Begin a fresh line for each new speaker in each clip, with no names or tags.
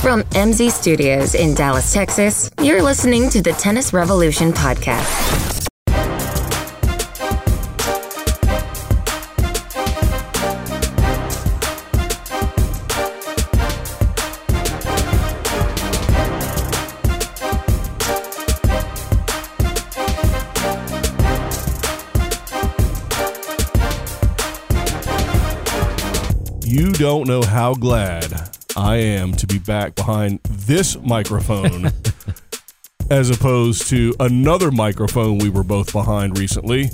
From MZ Studios in Dallas, Texas, you're listening to the Tennis Revolution Podcast.
You don't know how glad I am to be back behind this microphone as opposed to another microphone we were both behind recently.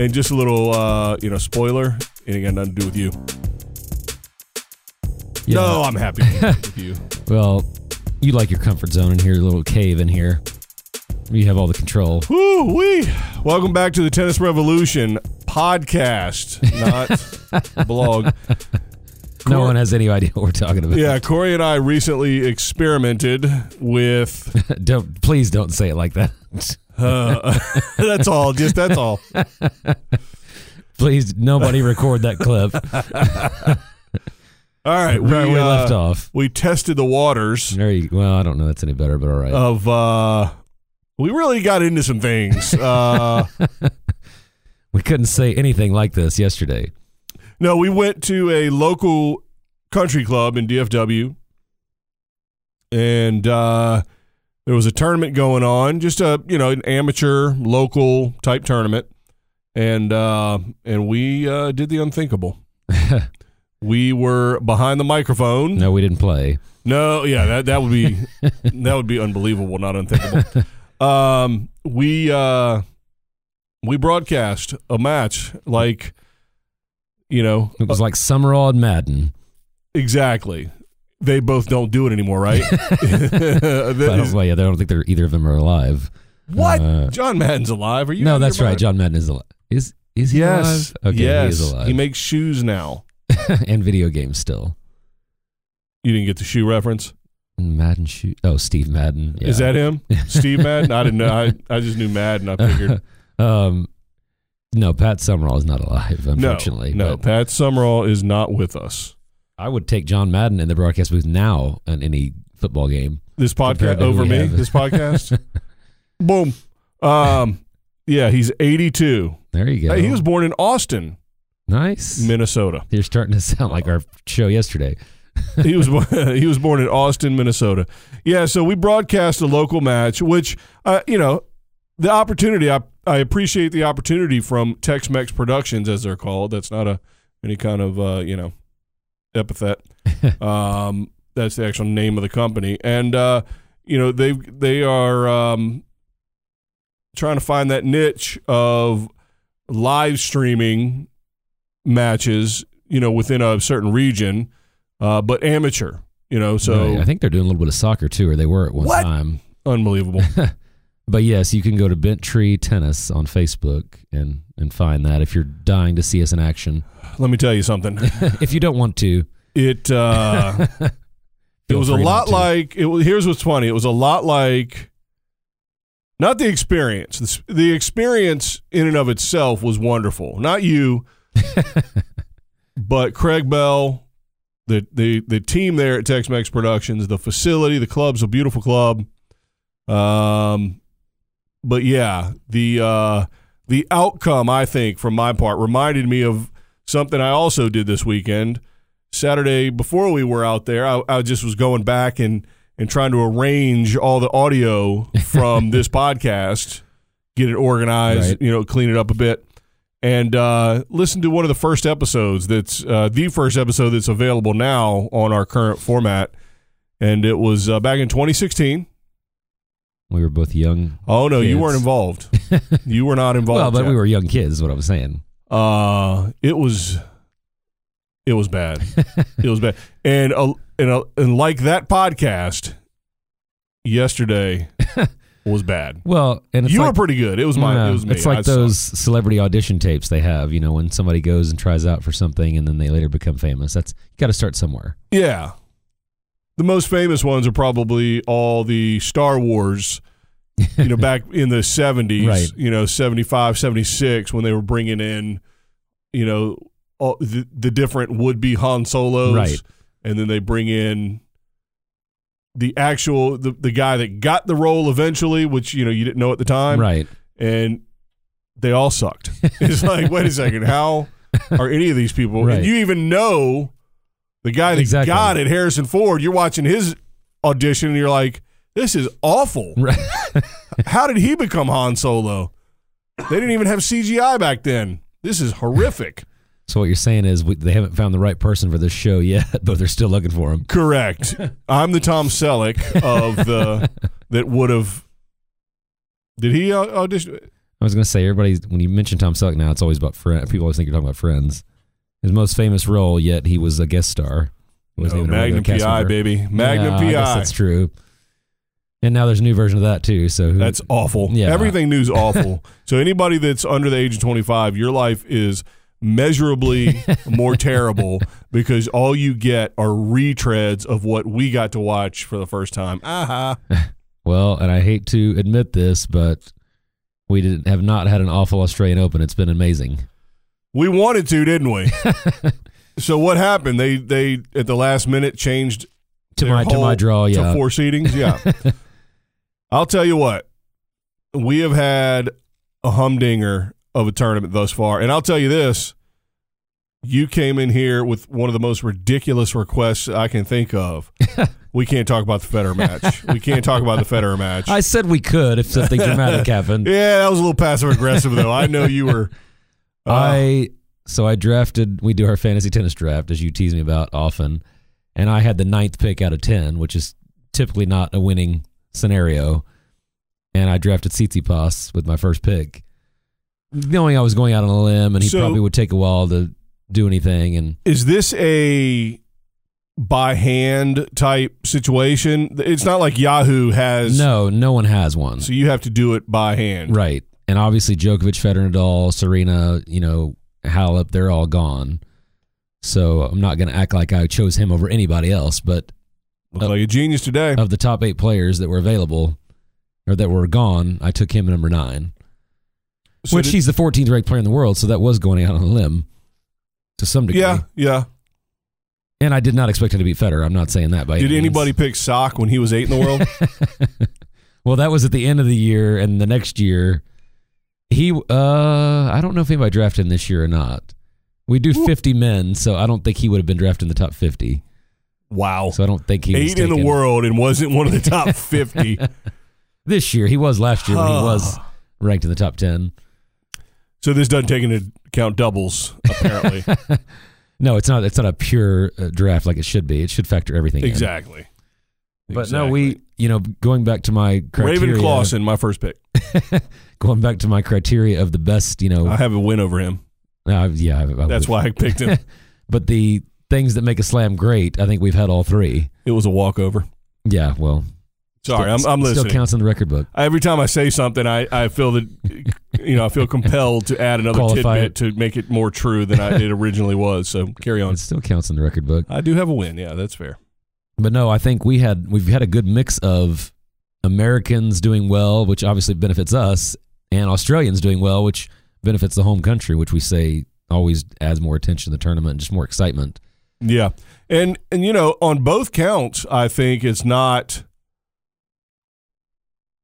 And just a little, uh, you know, spoiler. It ain't got nothing to do with you.
Yeah.
No, I'm happy with you.
Well, you like your comfort zone in here, your little cave in here. You have all the control.
Woo wee! Welcome back to the Tennis Revolution podcast, not blog.
No one has any idea what we're talking about.
Yeah, Corey and I recently experimented with
don't please don't say it like that.
Uh, that's all. Just that's all.
please nobody record that clip.
All right.
Right where we
uh,
left off.
We tested the waters
There you- well, I don't know that's any better, but all right.
of. uh We really got into some things. Uh
we couldn't say anything like this yesterday.
No, we went to a local country club in DFW, and uh there was a tournament going on, just a you know an amateur local type tournament, and uh and we uh did the unthinkable. we were behind the microphone.
No, we didn't play.
No, yeah, that that would be that would be unbelievable, not unthinkable. Um, we uh, we broadcast a match like you know uh,
It was like Summerall and Madden.
exactly. They both don't do it anymore, right? That
But I don't,
is-
well, yeah, I don't think they're either of them are alive.
what?
Uh,
John Madden's alive? Are you? out
no,
of
that's
your
right.
mind?
John Madden is alive. Is is he
Yes.
alive? Okay,
yes.
he is alive.
He makes shoes now.
and video games still.
You didn't get the shoe reference.
Madden shoot. Oh, Steve Madden.
Is
yeah.
that him? Steve Madden? I didn't know. I, I just knew Madden. I figured.
um, no, Pat Summerall is not alive,
no,
unfortunately.
no.
but
Pat Summerall is not with us.
I would take John Madden in the broadcast booth now in any football game.
this podcast
Compared to who
over
we
me
have.
this podcast boom um yeah he's 82
There you go.
Hey, he was born in austin
nice.
minnesota
You're starting to sound like our show yesterday.
he was born, he was born in austin minnesota yeah so we broadcast a local match which uh, you know the opportunity I, I appreciate the opportunity from tex-mex productions as they're called that's not a any kind of uh, you know epithet um, that's the actual name of the company and uh, you know they they are um, trying to find that niche of live streaming matches you know within a certain region uh, but amateur you know so
Right. I think they're doing a little bit of soccer too, or they were at one
What?
time.
unbelievable
But yes, you can go to Bent Tree Tennis on Facebook and and find that if you're dying to see us in action.
let me tell you something
if you don't want to,
it uh, it
feel
was a
free
lot
not to.
like it was here's what's funny it was a lot like not the experience the, s- the experience in and of itself was wonderful not you but craig bell the, the the team there at tex-mex productions the facility the club's a beautiful club um but yeah the uh the outcome i think from my part reminded me of something i also did this weekend Saturday before we were out there, I, I just was going back and, and trying to arrange all the audio from this podcast, get it organized,
Right.
you know, clean it up a bit, and uh, listen to one of the first episodes that's uh, the first episode that's available now on our current format. And it was uh, back in 2016.
we were both young.
Oh, no, you
Kids.
weren't involved. you were not involved.
well, but
Chad.
we were young kids. Is what I was saying.
Uh, it was, it was bad. it was bad. And uh, and uh, and like that podcast yesterday was bad.
Well, and it's
you
like,
were pretty good. It was my.
No,
it was me.
It's like
I suck.
those celebrity audition tapes they have, you know, when somebody goes and tries out for something and then they later become famous. That's you got to start somewhere.
Yeah. The most famous ones are probably all the Star Wars, you know, back in the 70s,
Right.
you know, 75, 76, when they were bringing in, you know, all the, the different would be Han Solos.
Right.
And then they bring in the actual the, the guy that got the role eventually, which you know you didn't know at the time,
right.
and they all sucked. It's like, wait a second, how are any of these people?
Right.
And you even know the guy that
Exactly.
got it, Harrison Ford. You're watching his audition, and you're like, this is awful.
Right.
How did he become Han Solo? They didn't even have CGI back then. This is horrific.
So what you're saying is we, they haven't found the right person for this show yet, but they're still looking for him.
Correct. I'm the Tom Selleck of the that would have. Did he au- audition?
I was going to say everybody when you mention Tom Selleck now, it's always about friend. People always think you're talking about Friends. His most famous role, yet he was a guest star. He wasn't
No,
even a regular
Oh, Magnum
cast
PI,
member.
baby.
Yeah,
Magnum
I guess
PI.
that's true. And now there's a new version of that too. So who,
That's awful.
Yeah.
Everything new's awful. so anybody that's under the age of 25, your life is measurably more terrible because all you get are retreads of what we got to watch for the first time. Aha.
well, and I hate to admit this, but we didn't have not had an awful Australian Open. It's been amazing.
We wanted to, didn't we? so what happened? They they at the last minute changed
To
their
my to my
whole-
draw, yeah.
to four seedings. Yeah. I'll tell you what, we have had a humdinger of a tournament thus far. And I'll tell you this you came in here with one of the most ridiculous requests I can think of. we can't talk about the Federer match. We can't talk about the Federer match.
I said we could if something dramatic happened.
yeah, that was a little passive aggressive, though. I know you were. uh,
I so I drafted. We do our fantasy tennis draft, as you tease me about often, and I had the ninth pick out of ten, which is typically not a winning scenario. And I drafted Tsitsipas with my first pick, knowing I was going out on a limb, and he
So-
probably would take a while to do anything. And
Is this a by hand type situation? It's not like Yahoo has.
no, no one has one,
So you have to do it by hand.
right? And obviously, Djokovic, Federer, Nadal, Serena, you know, Halep, they're all gone. So I'm not going to act like I chose him over anybody else, but
Looks like a genius today.
of the top eight players that were available or that were gone, I took him at number nine,
So
which
did-
he's the 14th ranked player in the world. So that was going out on a limb to some degree.
Yeah, yeah.
And I did not expect him to beat Federer. I'm not saying that by any
Did
means.
anybody pick Sock when he was eight in the world?
Well, that was at the end of the year, and the next year, he. Uh, I don't know if anybody drafted him this year or not. We do 50 men, so I don't think he would have been drafted in the top 50.
wow.
So I don't think he was
eight in the
taken.
world and wasn't one of the top 50.
this year. He was last year when he was ranked in the top 10.
So this doesn't take into account doubles, apparently.
No, it's not. It's not a pure uh, draft like it should be. It should factor everything. in.
exactly.
But no, we, you know, going back to my criteria,
Raven Clausen, my first pick.
going back to my criteria of the best, you know,
I have a win over him.
uh, yeah, I, I
That's
would-
why I picked him.
But the things that make a slam great, I think we've had all three.
It was a walkover.
Yeah, well,
Sorry, I'm,
still-
I'm
still
listening.
counts in the record book.
Every time I say something, I, I feel that you know I feel compelled to add another
Qualify
tidbit to make it more true than I, it originally was. So carry on.
It still counts in the record book.
I do have a win. Yeah, that's fair.
But no, I think we had we've had a good mix of Americans doing well, which obviously benefits us, and Australians doing well, which benefits the home country, which we say always adds more attention to the tournament and just more excitement.
Yeah. And and you know, on both counts, I think it's not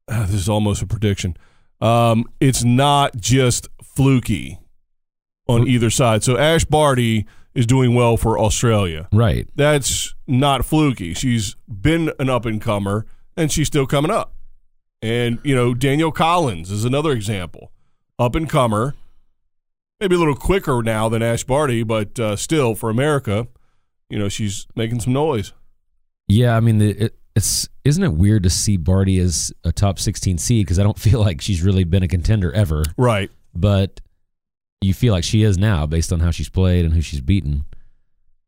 Ah, this is almost a prediction. Um, it's not just fluky on either side. So Ash Barty is doing well for Australia.
Right.
That's not fluky. She's been an up and comer and she's still coming up. And, you know, Daniel Collins is another example. Up and comer, maybe a little quicker now than Ash Barty, but uh, still for America, you know, she's making some noise.
Yeah, I mean, the, it, it's isn't it weird to see Barty as a top 16 seed because I don't feel like she's really been a contender ever,
Right.
but you feel like she is now based on how she's played and who she's beaten.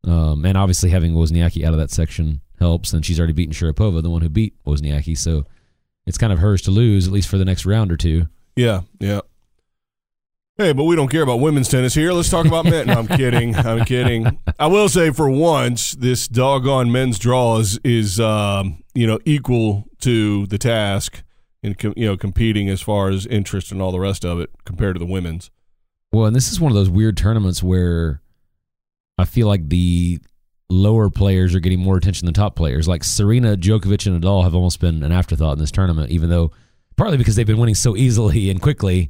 Um, and obviously having Wozniacki out of that section helps, and she's already beaten Sharapova, the one who beat Wozniacki, so it's kind of hers to lose at least for the next round or two.
Yeah. Yeah. Hey, but we don't care about women's tennis here. Let's talk about men. No, I'm kidding. I'm kidding. I will say for once, this doggone men's draws is um, you know equal to the task and com- you know competing as far as interest and all the rest of it compared to the women's.
Well, and this is one of those weird tournaments where I feel like the lower players are getting more attention than top players. Like Serena, Djokovic, and Nadal have almost been an afterthought in this tournament, even though partly because they've been winning so easily and quickly,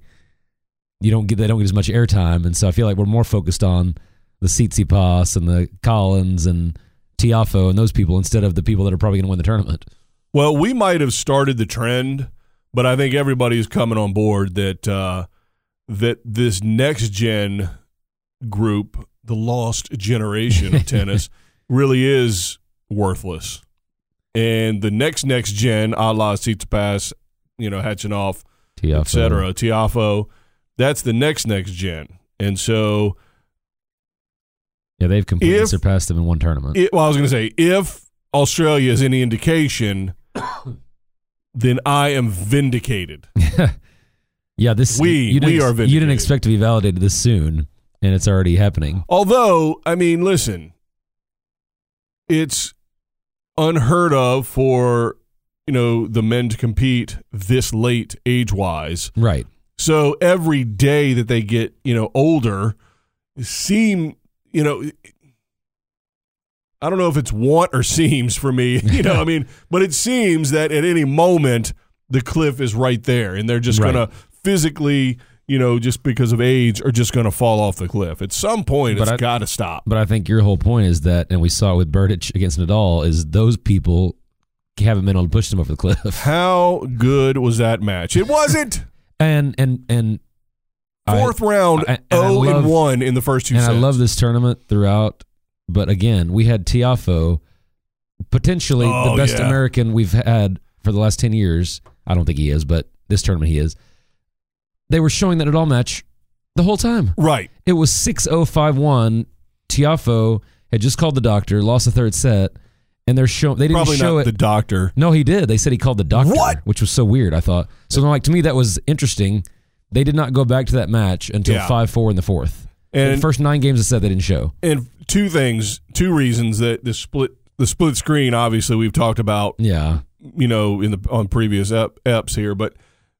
you don't get they don't get as much airtime. And so I feel like we're more focused on the Tsitsipas and the Collins and Tiafo and those people instead of the people that are probably going to win the tournament.
Well, we might have started the trend, but I think everybody's coming on board that uh, that this next gen group, the lost generation of tennis, really is worthless. And the next next gen, a la Tsitsipas, you know, Hatchinoff,
Tiafo,
etc., Tiafo, that's the next next gen. And so,
Yeah, they've completely
If-
surpassed them in one tournament.
it, well, I was going to say, if Australia is any indication, then I am vindicated.
yeah, this
We-
you didn't,
we
ex-
are
you didn't
vindicated.
expect to be validated this soon, and it's already happening.
Although, I mean, listen, it's unheard of for you know the men to compete this late age wise.
Right.
So every day that they get you know older, seem you know. I don't know if it's want or seems for me, you know. I mean, but it seems that at any moment the cliff is right there, and they're just
Right.
gonna physically, you know, just because of age, are just gonna fall off the cliff. At some point,
But
it's
I-
got to stop.
But I think your whole point is that, and we saw it with Burditch against Nadal, is those people haven't been able to push them over the cliff.
How good was that match? It wasn't
And and and I-
fourth round,
I- and I
zero
love-
and one in the first two.
and I
sets.
love this tournament throughout. But again, we had Tiafo, potentially
Oh,
the best
yeah.
American we've had for the last ten years. I don't think he is, but this tournament he is. They were showing that Nadal match the whole time.
Right,
It was 6051. Tiafo had just called the doctor, lost the third set, and they're showing they didn't
probably
show
not
it.
the doctor.
no, he did. They said he called the doctor,
What?
which was so weird, I thought. So like to me that was interesting. They did not go back to that match until
Yeah.
5-4 in the fourth.
And-
the first 9 games of set they didn't show.
And two things, two reasons that the split the split screen. Obviously, we've talked about
Yeah.
you know in the on previous ep- eps here, but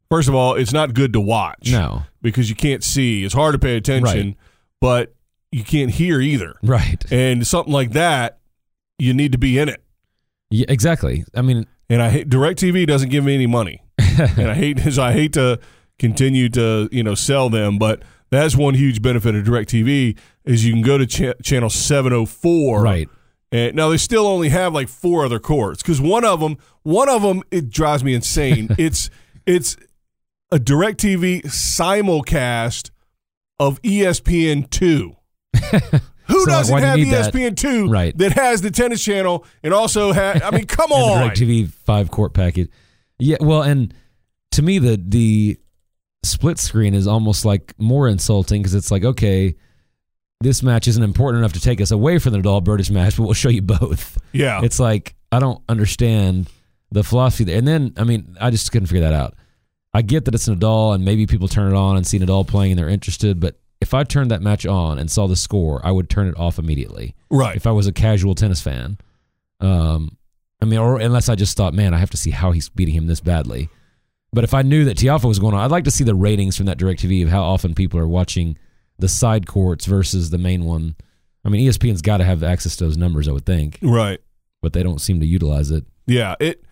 first of all, it's not good to watch.
No.
because you can't see. It's hard to pay attention,
Right.
but you can't hear either.
Right.
And something like that, you need to be in it.
Yeah, exactly. I mean,
and I hate Directv doesn't give me any money, and I hate so I hate to continue to you know sell them, but that's one huge benefit of Directv is you can go to ch- channel seven hundred four.
right.
And Eh, now they still only have like four other courts because one of them, one of them, it drives me insane. it's it's a Directv simulcast of E ESPN two. Who
So, like,
doesn't
why do you
have E
need that?
ESPN two
Right.
that has the tennis channel and also has? I mean, come
and
on.
the DirecTV five court package. Yeah, well, and to me the the split screen is almost like more insulting because it's like okay, this match isn't important enough to take us away from the Nadal Burdish match, but we'll show you both.
Yeah,
It's like I don't understand the philosophy there. And then I mean, I just couldn't figure that out. I get that it's Nadal, and maybe people turn it on and see Nadal playing and they're interested, but if I turned that match on and saw the score, I would turn it off immediately
right.
if I was a casual tennis fan. Um, I mean, or unless I just thought, man, I have to see how he's beating him this badly. But if I knew that Tiafoe was going on, I'd like to see the ratings from that DirecTV of how often people are watching the side courts versus the main one. I mean, E ESPN's got to have access to those numbers, I would think,
Right.
but they don't seem to utilize it.
Yeah. It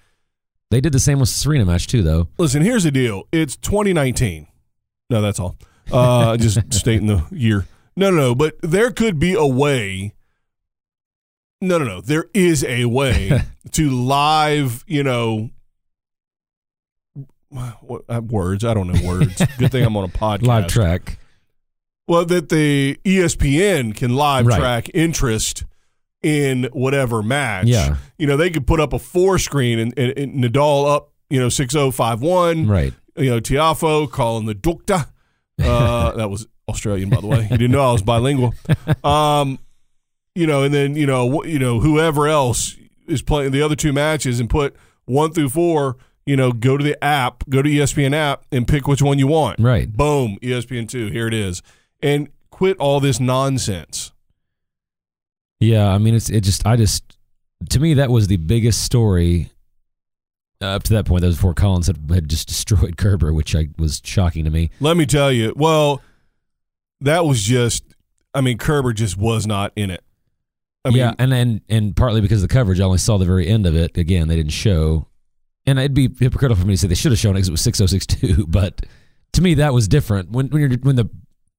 They did the same with Serena match too, though.
listen, here's the deal. It's 2019. No, that's all. Uh just stating the year. No, no, no, but there could be a way No, no, no. There is a way to live, you know, what, uh, words. I don't know words. Good thing I'm on a podcast.
Live track,
Well, that the E ESPN can live
Right.
track interest in whatever match.
Yeah.
You know, they could put up a four screen and, and, and Nadal up, you know, 6051.
right?
You know, Tiafo calling the doctor. Uh, that was Australian, by the way. You didn't know I was bilingual. Um, you know, and then, you know, wh- you know, whoever else is playing the other two matches and put one through four, you know, go to the app, go to E ESPN app and pick which one you want.
Right.
Boom, E ESPN2, here it is. And quit all this nonsense.
Yeah, I mean, it's it just I just to me that was the biggest story up to that point. That was before Collins had, had just destroyed Kerber, which I was shocking to me.
Let me tell you. Well, that was just I mean Kerber just was not in it. I mean,
yeah, and, and and partly because of the coverage, I only saw the very end of it. Again, they didn't show, and it'd be hypocritical for me to say they should have shown it because it was six oh six two. But to me, that was different. When when you're when the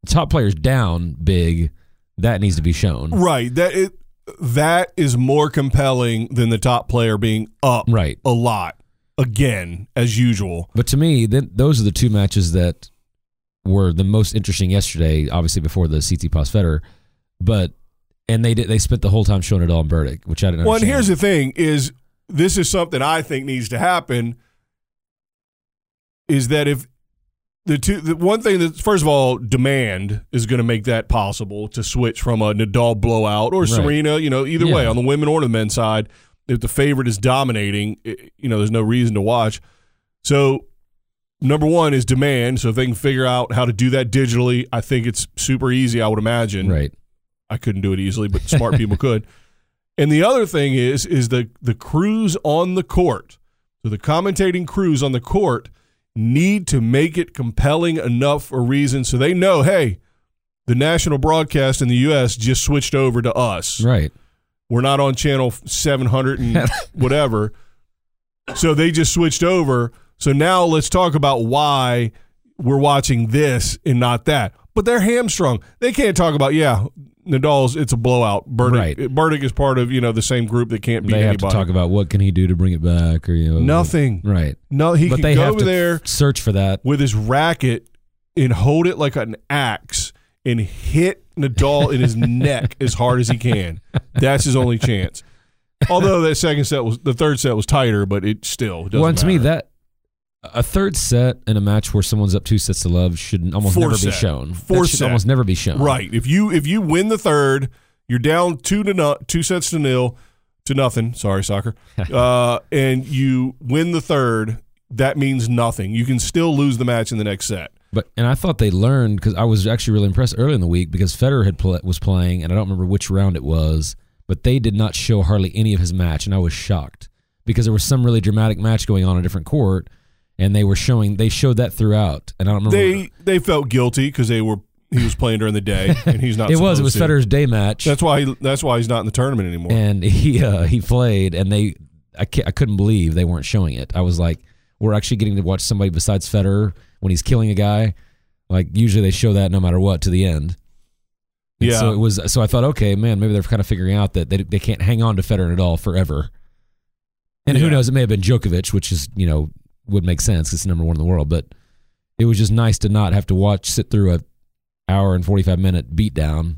top player's down big, that needs to be shown.
right. That it that is more compelling than the top player being up
Right.
a lot again as usual.
But to me, then those are the two matches that were the most interesting yesterday. Obviously, before the CT Pos Feder, but and they did they spent the whole time showing it all in Burdick, which I didn't.
Well, and
understand.
here's the thing: is this is something I think needs to happen. Is that if the two the one thing that first of all demand is going to make that possible to switch from a Nadal blowout or
Right.
Serena, you know, either way
Yeah.
on the women or the men's side, if the favorite is dominating, it, you know, there's no reason to watch. So number one is demand. So if they can figure out how to do that digitally, I think it's super easy. I would imagine.
right.
I couldn't do it easily, but smart people could. And the other thing is is the the crews on the court. So the commentating crews on the court need to make it compelling enough a reason so they know, hey, the national broadcast in the US just switched over to us.
Right.
We're not on channel 700 and whatever. So they just switched over. So now let's talk about why we're watching this and not that. But they're hamstrung. They can't talk about yeah, Nadal's it's a blowout. Burdick
Right.
Burdick is part of you know the same group that can't beat
They have
anybody.
to talk about what can he do to bring it back or you know
Nothing.
Right.
No, he
but
can
they
go
have to
there
search for that.
with his racket and hold it like an axe and hit Nadal in his neck as hard as he can. That's his only chance. Although that second set was the third set was tighter, but it still doesn't
Well, and to me,
matter.
that a third set in a match where someone's up two sets to love should almost
Four
never
set.
be shown. That
Four
should
set.
almost never be shown.
right. If you if you win the third, you're down two to no, two sets to nil to nothing. Sorry, soccer. Uh, and you win the third, that means nothing. You can still lose the match in the next set.
But and I thought they learned because I was actually really impressed early in the week because Federer had pla was playing and I don't remember which round it was, but they did not show hardly any of his match and I was shocked because there was some really dramatic match going on on a different court and they were showing they showed that throughout and I don't remember
They they felt guilty because they were he was playing during the day and he's not.
it was
supposed
it was
to.
Federer's day match.
That's why. He, that's why he's not in the tournament anymore.
and he uh, he played, and they I, ca I couldn't believe they weren't showing it. I was like, we're actually getting to watch somebody besides Federer when he's killing a guy. Like usually they show that no matter what to the end. And
yeah.
So it was. So I thought, okay, man, maybe they're kind of figuring out that they they can't hang on to Federer at all forever. And who
Yeah.
knows? It may have been Djokovic, which is you know would make sense. 'cause It's number one in the world, but it was just nice to not have to watch sit through a hour and forty five minute beatdown.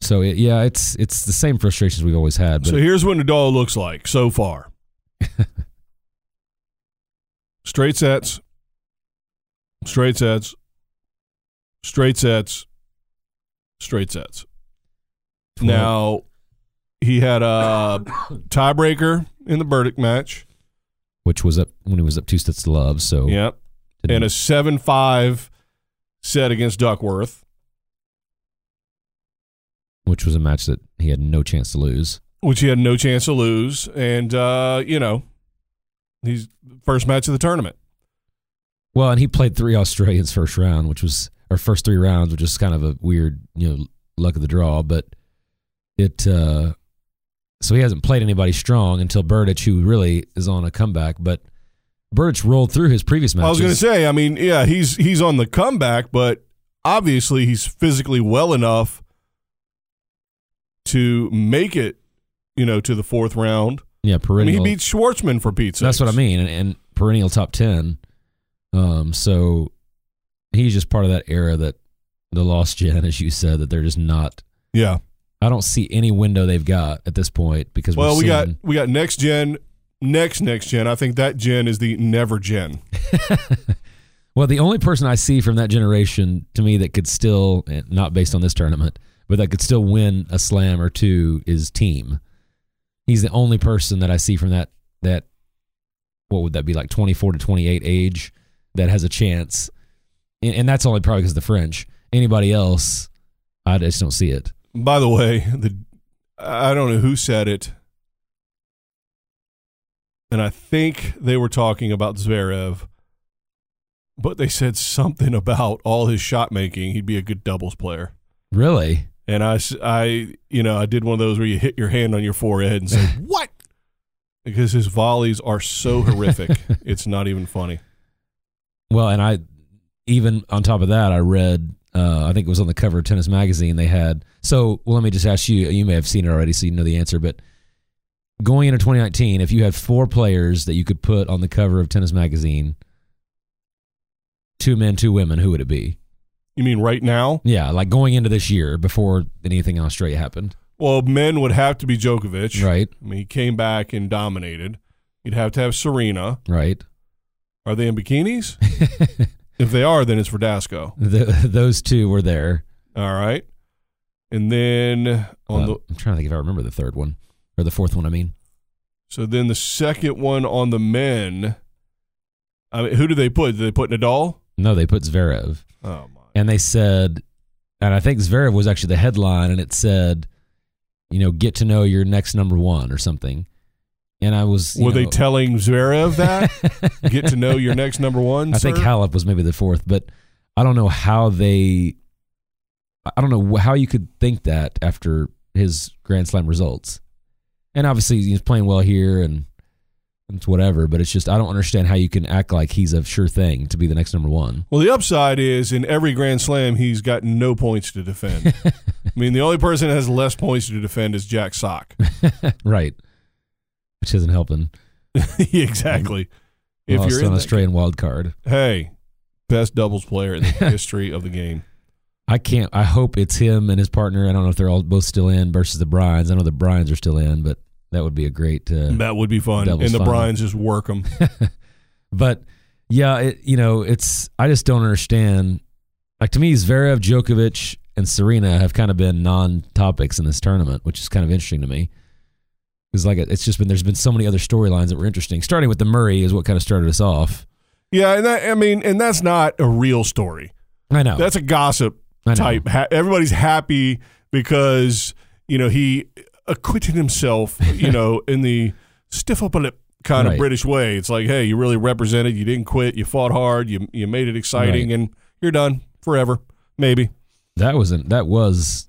So it, yeah, it's it's the same frustrations we've always had. But
so here's what Nadal looks like so far. straight sets, straight sets, straight sets, straight sets. Now he had a tiebreaker in the Burdick match.
which was up when he was up two sets to love. So
Yep.
Oh, didn't-
and a 7 5 set against Duckworth,
which was a match that he had no chance to lose.
which he had no chance to lose. And, uh, you know, he's first match of the tournament.
Well, and he played three Australians first round, which was or first three rounds, which is kind of a weird, you know, luck of the draw. But it uh so he hasn't played anybody strong until Burdich, who really is on a comeback. But Burdich rolled through his previous matches.
I was going to say, I mean, yeah, he's he's on the comeback, but obviously he's physically well enough to make it, you know, to the fourth round.
yeah,
I mean,
perennial.
he beat Schwartzman for pizza.
that's what I mean, and, and perennial top ten. Um, so he's just part of that era that the lost gen, as you said, that they're just not.
Yeah.
I don't see any window they've got at this point because
Well,
we're
we got
seeing-
we got next gen, next next gen. I think that gen is the never gen.
Well, the only person I see from that generation to me that could still, eh, not based on this tournament, but that could still win a slam or two is Team. He's the only person that I see from that that what would that be like twenty four to twenty eight age that has a chance, and, and that's only probably because of the French. Anybody else, I just don't see it.
By the way, the I don't know who said it, and I think they were talking about Zverev, but they said something about all his shot making. He'd be a good doubles player.
Really,
And I, s- I, you know, I did one of those where you hit your hand on your forehead and say, "What?" Because his volleys are so horrific, it's not even funny.
Well, and I even on top of that, I read. Uh, I think it was on the cover of Tennis Magazine. They had so. Well, let me just ask you. You may have seen it already, so you know the answer. But going into 2019, if you had four players that you could put on the cover of Tennis Magazine, two men, two women, who would it be?
You mean right now?
Yeah, like going into this year before anything in Australia happened,
Well, men would have to be Djokovic.
right?
I mean, he came back and dominated. You'd have to have Serena.
Right.
Are they in bikinis? if they are, then it's Verdasco.
Th those two were there.
All right. And then on
Uh,
the
I'm trying to think if I remember the third one or the fourth one. I mean,
so then the second one on the men. I mean, who do they put? Did they put Nadal?
no, they put Zverev.
Oh my!
and they said, and I think Zverev was actually the headline, and it said, you know, get to know your next number one or something. And I was, you
Were they
know-
telling Zverev that? Get to know your next number one.
I think
sir?
Halep was maybe the fourth, but I don't know how they, I- I don't know wh- how you could think that after his Grand Slam results. And obviously he's playing well here and it's whatever, but it's just I don't understand how you can act like he's a sure thing to be the next number one.
Well, the upside is in every Grand Slam, he's got no points to defend. I mean, the only person that has less points to defend is Jack Sock.
right. Which isn't helping.
exactly. If
Lost
you're
on
in that-
Australian wild card.
hey, best doubles player in the history of the game.
I can't. I hope it's him and his partner. I don't know if they're all both still in versus the Bryans. I know the Bryans are still in, but that would be a great. Uh,
That would be fun.
Doubles
and the
final.
Bryans just work them.
but yeah, it, you know, it's. I just don't understand. Like to me, Zverev, Djokovic, and Serena have kind of been non-topics in this tournament, which is kind of interesting to me. Because like it's just been there's been so many other storylines that were interesting. Starting with the Murray is what kind of started us off.
yeah, and that, I mean, and that's not a real story.
I know
That's a gossip
I know.
type. Ha- everybody's happy because you know he acquitted himself. You know, in the stiff upper lip kind of
Right.
British way. It's like, hey, you really represented. You didn't quit. You fought hard. You you made it exciting,
Right.
and you're done forever. Maybe.
That wasn't that was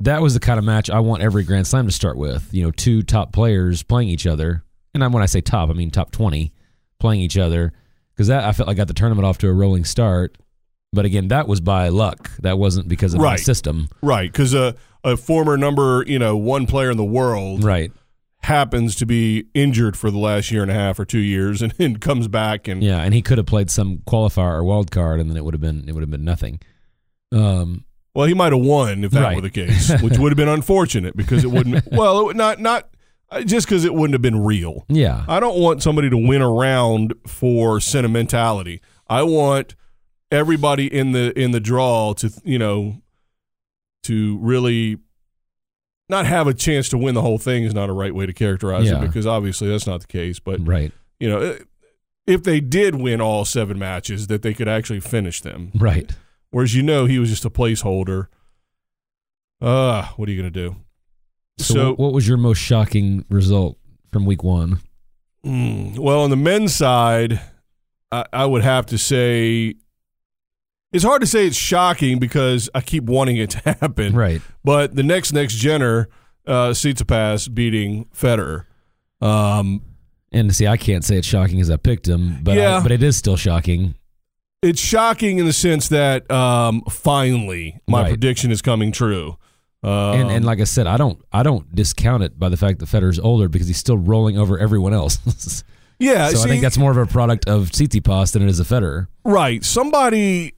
that was the kind of match I want every Grand Slam to start with. You know, two top players playing each other, and I- when I say top, I mean top twenty playing each other because that I felt like got the tournament off to a rolling start. But again, that was by luck. That wasn't because of my
Right.
system,
Right, because a a former number you know one player in the world
right?
happens to be injured for the last year and a half or two years, and, and comes back and
Yeah, and he could have played some qualifier or wild card, and then it would have been it would have been nothing. Um,
Well, he might have won if that
Right.
were the case, which would have been unfortunate because it wouldn't. well, it would not not uh, just because it wouldn't have been real.
yeah,
I don't want somebody to win around for sentimentality. I want everybody in the in the draw to you know to really not have a chance to win the whole thing is not a right way to characterize
Yeah. Mm.
it because obviously that's not the case. But
right,
you know. i if they did win all seven matches, that they could actually finish them.
right.
Whereas you know he was just a placeholder. Uh, what are you gonna do?
So,
So-
what, what was your most shocking result from week one?
Mm, well, on the men's side, I, I would have to say it's hard to say it's shocking because I keep wanting it to happen.
Right,
But the next next Jenner, uh, Tsitsipas beating Federer. Um,
And see, I can't say it's shocking as I picked him, but I-
Yeah.
but it is still shocking.
it's shocking in the sense that um, finally my
Right.
prediction is coming true. Um,
and and like I said, I don't I don't discount it by the fact that Federer's older because he's still rolling over everyone else. so
yeah,
I
Uh, see-
think that's more of a product of Tsitsipas than it is a Federer.
Right. Somebody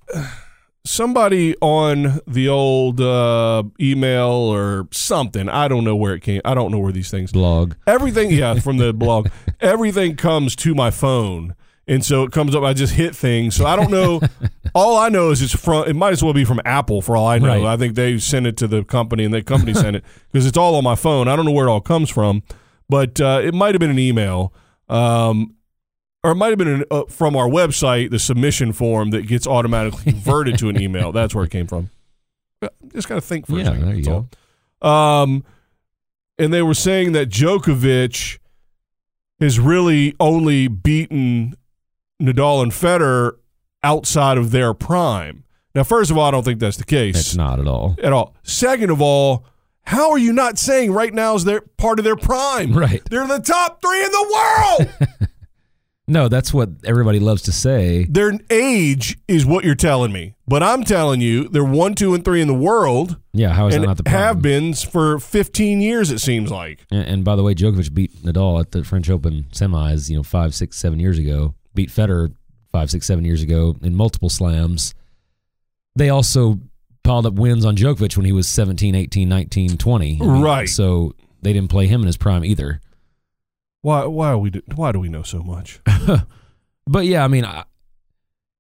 somebody on the old uh, email or something. I don't know where it came. I don't know where these things.
Blog.
Everything, yeah, from the blog. Everything comes to my phone. And so it comes up. I just hit things. So I don't know. all I know is it's from. It might as well be from Apple for all I know.
Right.
I think they sent it to the company, and the company sent it because it's all on my phone. I don't know where it all comes from, but uh, it might have been an email, um, or it might have been an, uh, from our website, the submission form that gets automatically converted to an email. That's where it came from. Uh, Just gotta think for a
Yeah,
second.
there you
that's
go.
all. Um, and they were saying that Djokovic has really only beaten Nadal and Federer outside of their prime. Now, first of all, I don't think that's the case
It's not at all.
at all. Second of all, how are you not saying right now is their part of their prime?
Right.
They're the top three in the world.
No, that's what everybody loves to say.
their age is what you're telling me. But I'm telling you, they're one, two, and three in the world
Yeah, how Oh, is that
and
not the problem?
have been for 15 years, it seems like.
And, and by the way, Djokovic beat Nadal at the French Open semis, you know, five, six, seven years ago. Beat Federer five, six, seven years ago in multiple slams. They also piled up wins on Djokovic when he was 17, 18, 19, 20. I mean,
Right.
So they didn't play him in his prime either.
Why, why, are we, do- why do we know so much?
But yeah, I mean, I,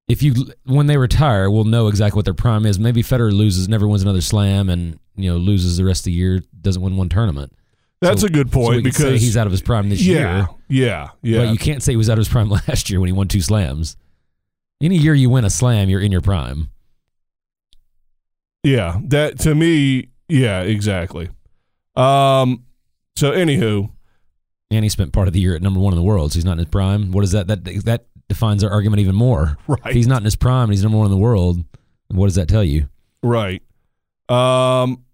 if you when they retire, we'll know exactly what their prime is. Maybe Federer loses, never wins another slam, and you know loses the rest of the year, doesn't win one tournament.
That's
So-
a good
so
point
we can say
because
he's out of his prime this
yeah,
year.
Yeah, yeah.
But you can't say he was out of his prime last year when he won two slams. Any year you win a slam, you're in your prime.
Yeah, that to me, yeah, exactly. Um, so anywho,
And he spent part of the year at number one in the world, so he's not in his prime. What is that? That that defines our argument even more. If
right,
he's not in his prime and he's number one in the world, what does that tell you?
right. Um,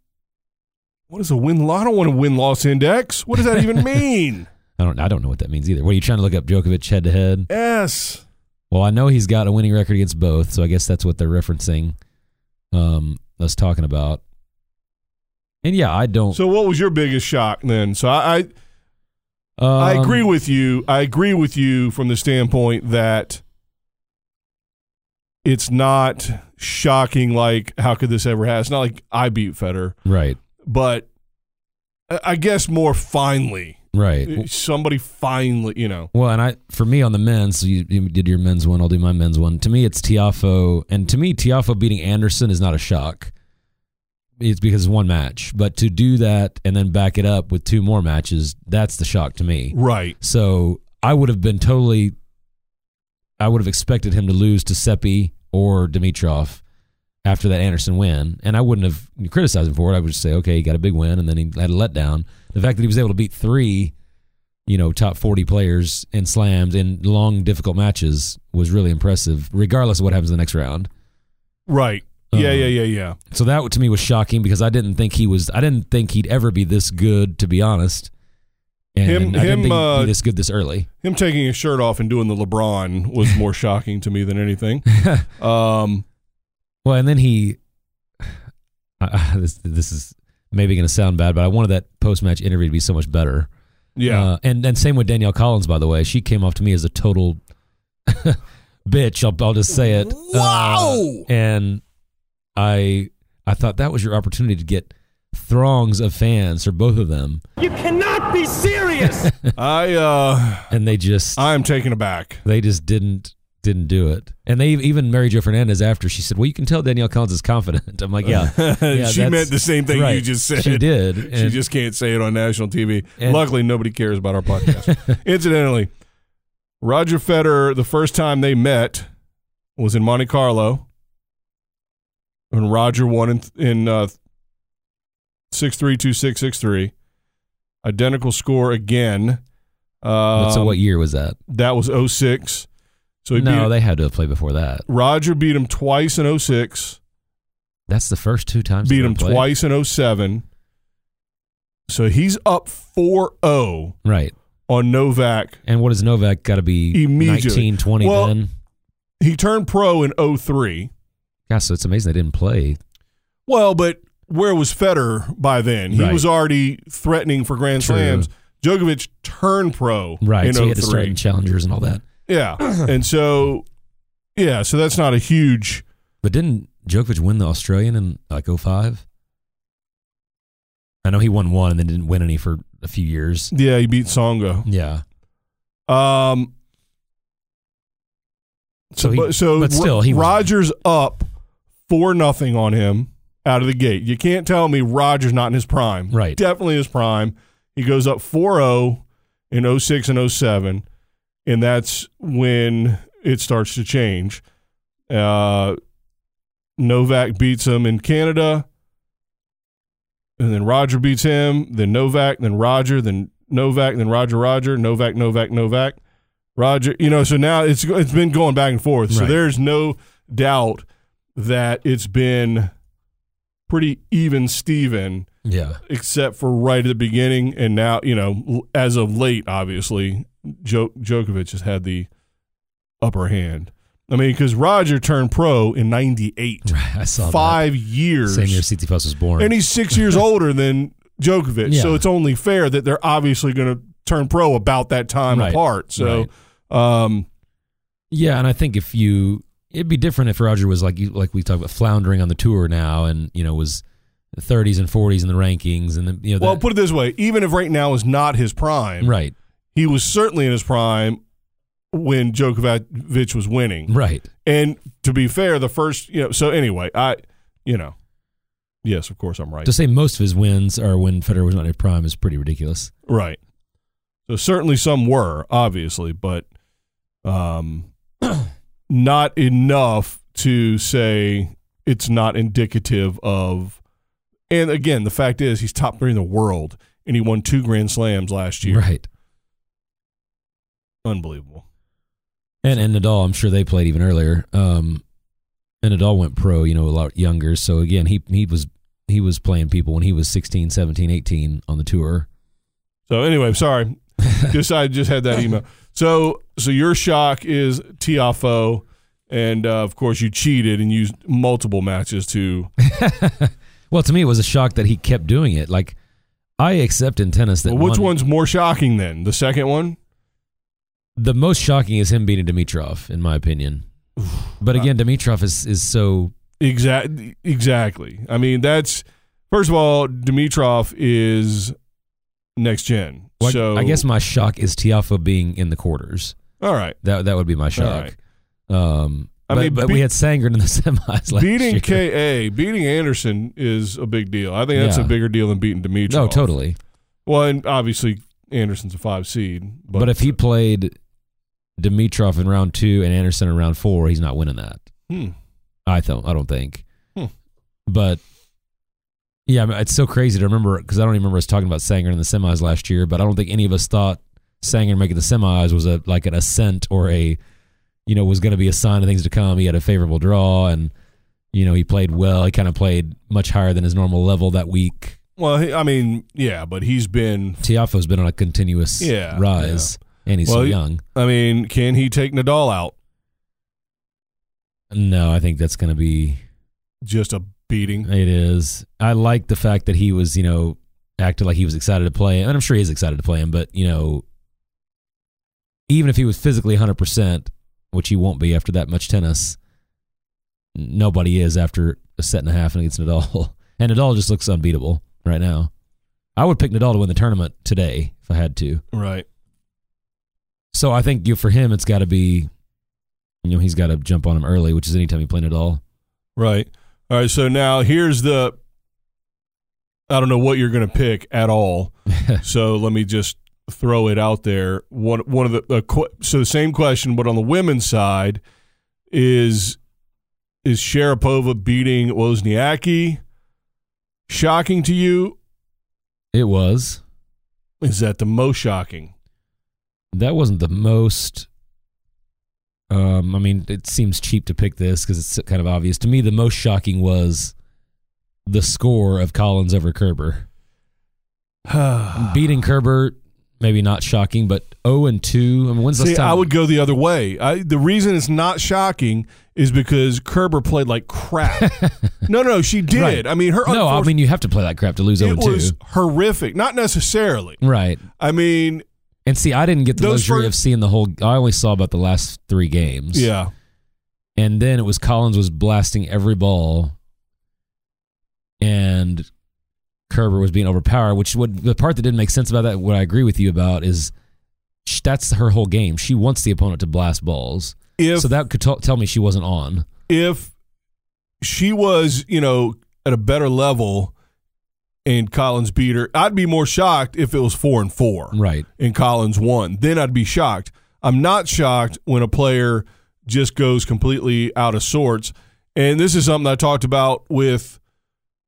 what is a win? I don't want a win loss index. What does that even mean?
I don't I don't know what that means either. What are you trying to look up Djokovic head to head?
S.
Well, I know he's got a winning record against both, so I guess that's what they're referencing. Um, us talking about. And yeah, I don't.
So what was your biggest shock then? So I, I, I
um,
agree with you. I agree with you from the standpoint that it's not shocking. Like how could this ever happen? It's not like I beat Federer,
Right,
but I- I guess more finally.
right.
somebody finally, you know.
Well, and I for me on the men's, so you, you did your men's one. I'll do my men's one. To me, it's Tiafo, and to me, Tiafo beating Anderson is not a shock. It's because it's one match, but to do that and then back it up with two more matches, that's the shock to me.
Right.
So I would have been totally, I would have expected him to lose to Seppi or Dimitrov after that Anderson win, and I wouldn't have criticized him for it. I would just say, okay, he got a big win, and then he had a letdown. The fact that he was able to beat three, you know, top forty players in slams in long, difficult matches was really impressive, regardless of what happens in the next round.
Right. yeah,
Um,
yeah, yeah, yeah.
So that to me was shocking because I didn't think he was. I didn't think he'd ever be this good, to be honest. And
Him-
I didn't
him,
think he'd
uh,
be this good this early.
Him taking his shirt off and doing the LeBron was more shocking to me than anything. Um,
Well, and then he, I I- this this is maybe going to sound bad, but I wanted that post match interview to be so much better.
yeah.
Uh, and and same with Danielle Collins, by the way. She came off to me as a total bitch. I'll, I'll just say it.
Wow!
Uh, and I I thought that was your opportunity to get throngs of fans for both of them,
You cannot be serious!
I uh
and they just
I am taken aback.
they just didn't didn't do it. And they even Mary Jo Fernandez after she said, "Well, you can tell Danielle Collins is confident." I'm like, "Yeah." Yeah,
she
that's-
meant the same thing you
right.
just said.
She did.
She
and-
just can't say it on national TV.
And-
Luckily, nobody cares about our podcast. Incidentally, Roger Federer, the first time they met was in Monte Carlo when Roger won in, in uh, 6 3 Identical score again. Um,
so what year was that?
That was 06. So he
No,
beat,
they had to have played before that.
Roger beat him twice in 06.
That's the first two times.
beat
they
him
played.
twice in 07. So he's up oh. 4 0
Right.
on Novak.
And what does Novak got to be?
Immediately.
19, 20
Well-
then?
He turned pro in 03.
Gosh, so it's amazing they didn't play.
Well, but where was Federer by then? He
Right.
was already threatening for Grand
True.
Slams. Djokovic turned pro
Right.
in
so you had to start
03.
in challengers and all that.
Yeah. and so, yeah, so that's not a huge.
But didn't Djokovic win the Australian in like 05? I know he won one and then didn't win any for a few years.
Yeah, he beat Songo.
Yeah.
Um,
So he-
but, so
but still, he was-
Rogers up four nothing on him out of the gate. You can't tell me Rogers not in his prime.
Right.
Definitely his prime. He goes up 4-0 in 06 and 07 and that's when it starts to change. Uh, Novak beats him in Canada, and then Roger beats him, then Novak, then Roger, then Novak, then Roger, Roger, Novak, Novak, Novak, Roger. You know, so now it's it's been going back and forth. So
Right.
there's no doubt that it's been pretty even Steven,
Yeah.
except for right at the beginning. And now, you know, l- as of late, obviously, jo- Djokovic has had the upper hand. I mean, because Roger turned pro in 98,
I saw
five
that.
years.
Same year Tsitsipas was born.
And he's six years older than Djokovic. So
Yeah.
it's only fair that they're obviously going to turn pro about that time
Right.
apart. So, um,
Yeah, and I think if you, it'd be different if Roger was like you, like we talked about floundering on the tour now, and you know was 30s and 40s in the rankings, and the, you know,
well,
that-
put it this way even if right now is not his prime,
right,
he was certainly in his prime when Djokovic was winning.
right,
And to be fair, the first, you know, so anyway, I, you know, yes, of course I'm right.
to say most of his wins are when Federer was not in his prime is pretty ridiculous.
right. So certainly some were, obviously, but um, not enough to say it's not indicative of. And again, the fact is he's top three in the world and he won two Grand Slams last year.
Right,
Unbelievable.
and and Nadal, I'm sure they played even earlier. Um, and Nadal went pro, you know, a lot younger. So again, he he was he was playing people when he was 16, 17, 18 on the tour.
So anyway, sorry. just I just had that email. So so your shock is Tiafo, and uh, of course you cheated and used multiple matches to.
Well, to me, it was a shock that he kept doing it. Like, I accept in tennis that
Well, which
one-
one's more shocking then? The second one.
The most shocking is him beating Dimitrov, in my opinion. But again, Dimitrov is is so
Exactly. Exactly. I mean that's first of all, Dimitrov is next gen.
like,
so
I guess my shock is Tiafa being in the quarters.
all right.
That that would be my shock. Um,
I
I
mean,
mean, but
be-
we had Sangren in the semis last
Beating
year.
KA, beating Anderson is a big deal. I think that's
Yeah.
a bigger deal than beating Dimitrov.
no, totally.
Well, and obviously Anderson's a five seed,
But, if he played Dimitrov in round two and Anderson in round four, he's not winning that.
Hmm.
I don't. I don't think.
Hmm.
But yeah, I mean, it's so crazy to remember because I don't even remember us talking about Sanger in the semis last year. But I don't think any of us thought Sanger making the semis was a like an ascent or a you know was going to be a sign of things to come. He had a favorable draw and you know he played well. He kind of played much higher than his normal level that week.
Well, he- I mean, yeah, but he's been.
Tiafoe's been on a continuous
Yeah,
rise, and he's
Well,
so
he-
young.
I mean, can he take Nadal out?
No, I think that's going to be
Just a beating.
It is. I like the fact that he was, you know, acted like he was excited to play, and I'm sure he's excited to play him. But you know, even if he was physically 100, percent which he won't be after that much tennis, n- nobody is after a set and a half and against Nadal. And Nadal just looks unbeatable right now. I would pick Nadal to win the tournament today if I had to.
Right.
So I think you for him, it's got to be, you know, he's got to jump on him early, which is anytime you play Nadal.
Right. All right. So now here's the. I don't know what you're going to pick at all. so let me just throw it out there. One one of the uh, qu- so the same question, but on the women's side is is Sharapova beating Wozniacki shocking to you?
It was.
Is that the most shocking?
that wasn't the most um i mean it seems cheap to pick this because it's kind of obvious to me the most shocking was the score of collins over kerber beating kerber maybe not shocking but 0 and 2 i mean when's the
See,
last time
I would go the other way. I, the reason it's not shocking is because Kerber played like crap. no, no, she did.
Right.
I mean, her
no i
unfortunate-
mean you have to play that crap to lose 0
it
and 2
was horrific. Not necessarily.
right
I mean,
and see i didn't get the
Those first-
luxury of seeing the whole i only saw about the last three games
yeah,
and then it was Collins was blasting every ball, and Kerber was being overpowered. Which would the part that didn't make sense about that? What I agree with you about is sh- that's her whole game. She wants the opponent to blast balls,
if
so that could t- tell me she wasn't on.
if she was, you know, at a better level, and Collins beat her, I'd be more shocked if it was four and four.
Right,
and Collins won. Then I'd be shocked. I'm not shocked when a player just goes completely out of sorts. And this is something I talked about with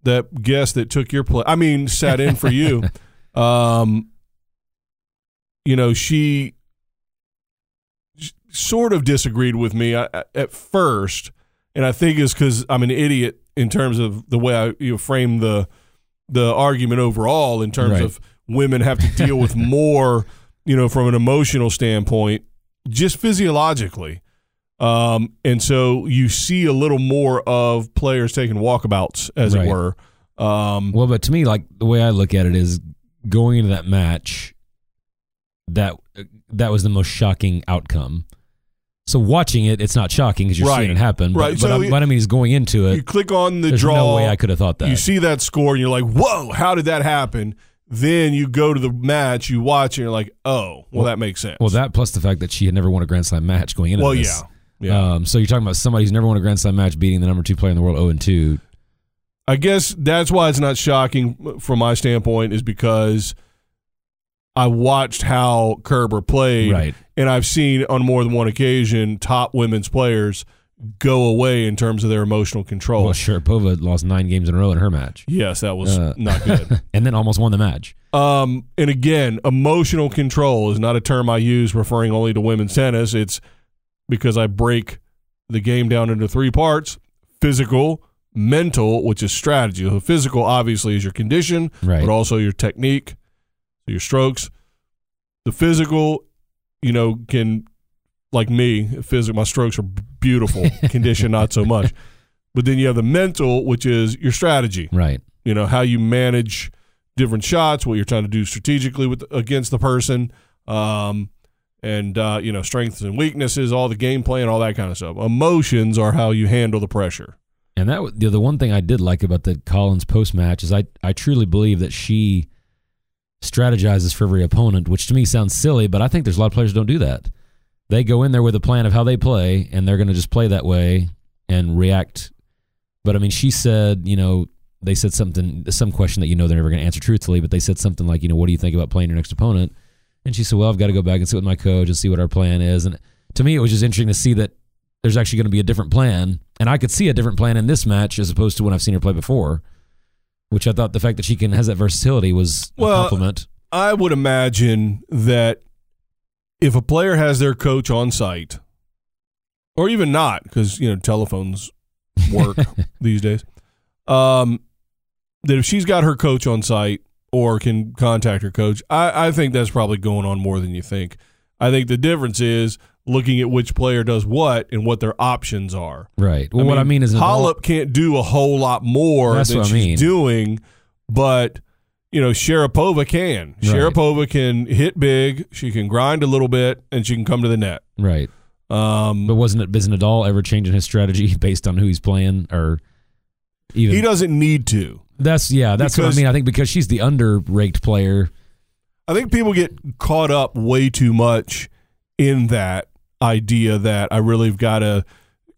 that guest that took your play. I mean, sat in for you. Um, you know, she s- sort of disagreed with me a- a- at first, and I think it's because I'm an idiot in terms of the way I you know, frame the the argument overall in terms
Right.
of women have to deal with more, you know, from an emotional standpoint, just physiologically. Um, and so you see a little more of players taking walkabouts, as
Right.
it were. Um,
Well, but to me, like the way I look at it is going into that match, that that was the most shocking outcome. So watching it, it's not shocking because you're
Right.
seeing it happen. But,
Right.
But,
So
I'm-
it-
what I mean is going into
you
it.
click on the
There's
draw.
no way I could have thought that.
You see that score and you're like, whoa, how did that happen? Then you go to the match, you watch, and you're like, oh, well, that makes sense.
well, that plus the fact that she had never won a Grand Slam match going into
well,
this.
yeah. Yeah.
Um, so you're talking about somebody who's never won a Grand Slam match beating the number two player in the world 0 and 2.
I guess that's why it's not shocking from my standpoint, is because I watched how Kerber played.
Right.
And I've seen on more than one occasion top women's players go away in terms of their emotional control.
Well, Sharapova lost nine games in a row in her match,
yes, Oh. that was
Uh,
not good.
and then almost won the match.
Um, and again, emotional control is not a term I use referring only to women's tennis. It's because I break the game down into three parts physical, mental, which is strategy. So, physical, obviously, is your condition,
Right.
but also your technique, your strokes. The physical, you know, can, like me, physical, my strokes are beautiful, condition, not so much. But then you have the mental, which is your strategy
Right.
you know how you manage different shots what you're trying to do strategically with against the person um and uh, you know strengths and weaknesses all the game plan all that kind of stuff emotions are how you handle the pressure
And that wa- the the one thing I did like about the Collins post match is I I truly believe that she strategizes for every opponent, which to me sounds silly, but I think there's a lot of players who don't do that. They go in there with a plan of how they play, and they're going to just play that way and react. But I mean, she said, you know, they said something, some question that you know they're never going to answer truthfully, but they said something like, you know, what do you think about playing your next opponent? And she said, well, I've got to go back and sit with my coach and see what our plan is. And to me, it was just interesting to see that there's actually going to be a different plan. And I could see a different plan in this match as opposed to when I've seen her play before, which I thought the fact that she can has that versatility was a
Well,
compliment.
i would imagine that if a player has their coach on site or even not because you know telephones work these days um that if she's got her coach on site or can contact her coach, I, I think that's probably going on more than you think. I think the difference is looking at which player does what and what their options are.
Right. Well, what I mean is, in all-
Hollop can't do a whole lot more
That's
than
what I
she's
mean.
doing, but you know Sharapova can.
Right.
Sharapova can hit big. She can grind a little bit, and she can come to the net.
right.
Um,
But wasn't it Nadal ever changing his strategy based on who he's playing or even
he doesn't need to.
that's yeah that's what I
Because-
mean. I think because she's the under raked player.
I think people get caught up way too much in that idea that I really have got to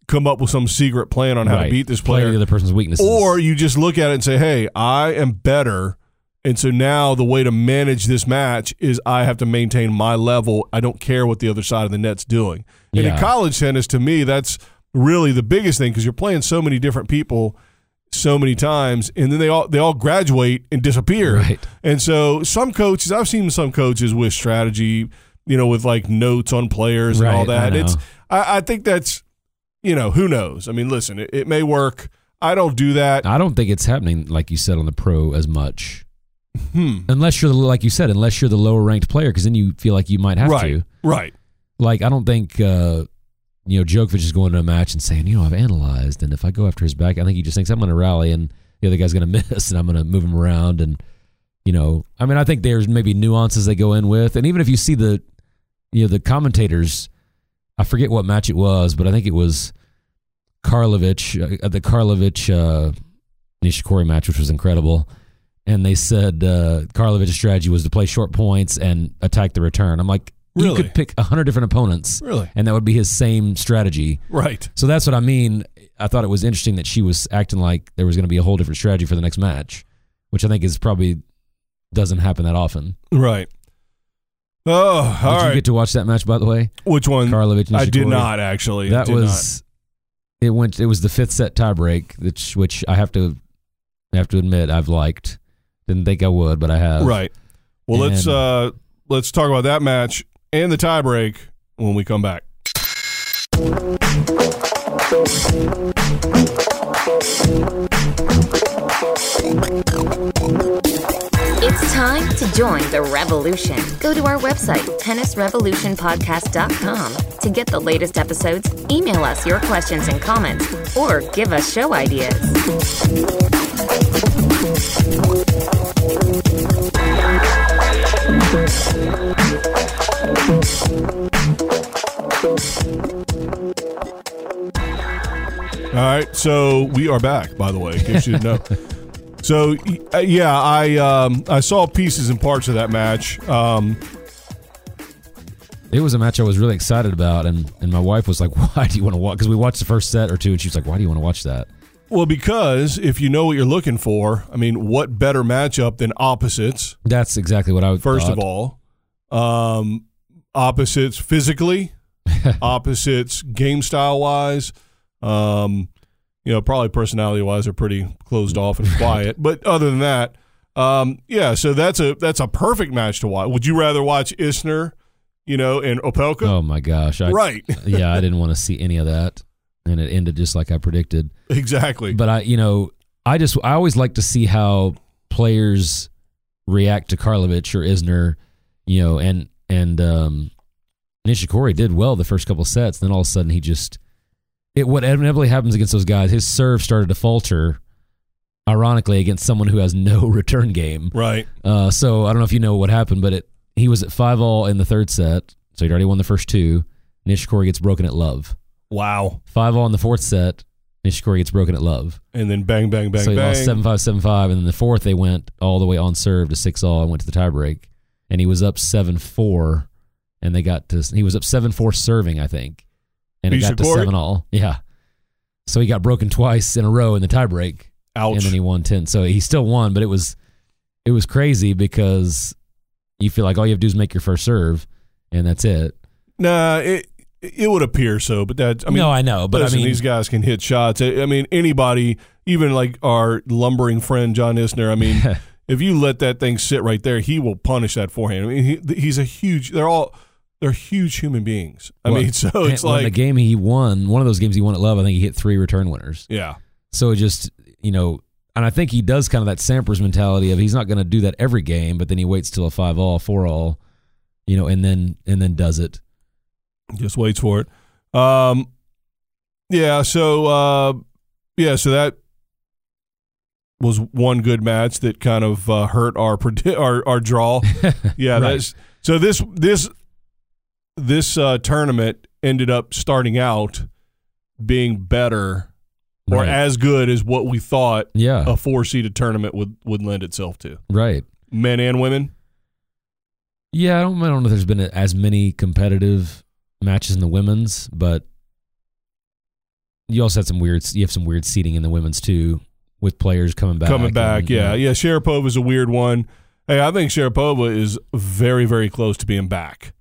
come up with some secret plan on how
right,
to beat this
playing
player.
the other person's weaknesses
Or you just look at it and say, hey, I am better. And so now the way to manage this match is I have to maintain my level. I don't care what the other side of the net's doing. And
Yeah.
in college tennis, to me, that's really the biggest thing because you're playing so many different people so many times and then they all they all graduate and disappear.
Right.
And so some coaches I've seen some coaches with strategy, you know, with like notes on players and all
Right, I
that.
know.
it's I, I think that's you know, who knows? I mean, listen, it, it may work. I don't do that.
I don't think it's happening like you said on the pro as much.
Hmm.
Unless you're the, like you said, unless you're the lower ranked player, because then you feel like you might have
right.
to.
Right.
Like I don't think uh, you know Djokovic is going to a match and saying, you know, I've analyzed, and if I go after his back, I think he just thinks I'm going to rally, and the other guy's going to miss, and I'm going to move him around, and you know, I mean, I think there's maybe nuances they go in with, and even if you see the you know the commentators, I forget what match it was, but I think it was Karlovich, uh, the Karlovich uh, Nishikori match, which was incredible. And they said uh, Karlovich's strategy was to play short points and attack the return. I'm like, you
Really?
could pick a hundred different opponents,
Really.
and that would be his same strategy.
Right.
So that's what I mean. I thought it was interesting that she was acting like there was going to be a whole different strategy for the next match, which I think is probably doesn't happen that often.
Right. Oh, all
Did you
right.
get to watch that match, by the way?
Which one?
Karlovich.
I did
Nishikori?
not actually. I
That
did
was. It went. It was the fifth set tiebreak, which which I have to I have to admit I've liked. Didn't think I would, but I have.
not. right. Well, let's
And-
uh let's talk about that match and the tiebreak when we come back.
It's time to join the revolution. Go to our website, tennisrevolutionpodcast.com, to get the latest episodes, email us your questions and comments, or give us show ideas.
All right, so we are back. By the way, in case you didn't know. So y- uh, yeah, I um, I saw pieces and parts of that match. Um,
It was a match I was really excited about, and, and my wife was like, "Why do you want to watch?" Because we watched the first set or two, and she was like, "Why do you want to watch that?"
well, because if you know what you're looking for, I mean, what better matchup than opposites?
That's exactly what I would.
First of
thought.
all, um, opposites physically, opposites game style wise. Um, you know, probably personality wise are pretty closed off and quiet. But other than that, um, yeah. So that's a that's a perfect match to watch. Would you rather watch Isner, you know, and Opelka?
oh my gosh, I,
right.
yeah, I didn't want to see any of that, and it ended just like I predicted.
Exactly.
But I, you know, I just I always like to see how players react to Karlovich or Isner, you know, and and um, Nishikori did well the first couple sets. Then all of a sudden he just it what inevitably happens against those guys. His serve started to falter, ironically against someone who has no return game.
right.
Uh, so I don't know if you know what happened, but it he was at five all in the third set, so he'd already won the first two. Nishikori gets broken at love.
Wow.
Five all in the fourth set, Nishikori gets broken at love
And then bang, bang, bang,
so they
bang.
lost seven five seven five, and then the fourth they went all the way on serve to six all and went to the tiebreak, and he was up seven four, and they got to he was up seven four serving I think, and it got to
Nishikori?
seven all yeah, so he got broken twice in a row in the tiebreak, and
Ouch.
then he won ten, so he still won, but it was it was crazy because you feel like all you have to do is make your first serve, and that's it.
nah, it it would appear so, but that I mean,
no, I know, but
listen,
I mean
these guys can hit shots. I, I mean, anybody, even like our lumbering friend John Isner. I mean, if you let that thing sit right there, he will punish that forehand. I mean, he, he's a huge. They're all they're huge human beings. I
Well,
mean, so it's
when the
like
game he won, one of those games he won at Love, I think he hit three return winners.
yeah,
So it just you know, and I think he does kind of that Sampras mentality of he's not going to do that every game, but then he waits till a five all, four all, you know, and then and then does it.
just waits for it. Um, yeah. So uh, yeah. So that was one good match that kind of uh, hurt our predi- our our draw. Yeah,
Right.
that's so this this this uh, tournament ended up starting out being better or
Right. Uh.
as good as what we thought
Yeah,
a four seeded tournament would would lend itself to.
right.
Men and women.
Yeah, I don't, I don't know if there's been as many competitive matches in the women's, but you also had some weird. You have some weird seating in the women's too, with players coming back.
Coming back,
and-
yeah, yeah. Sharapova is a weird one. Hey, I think Sharapova is very, very close to being back.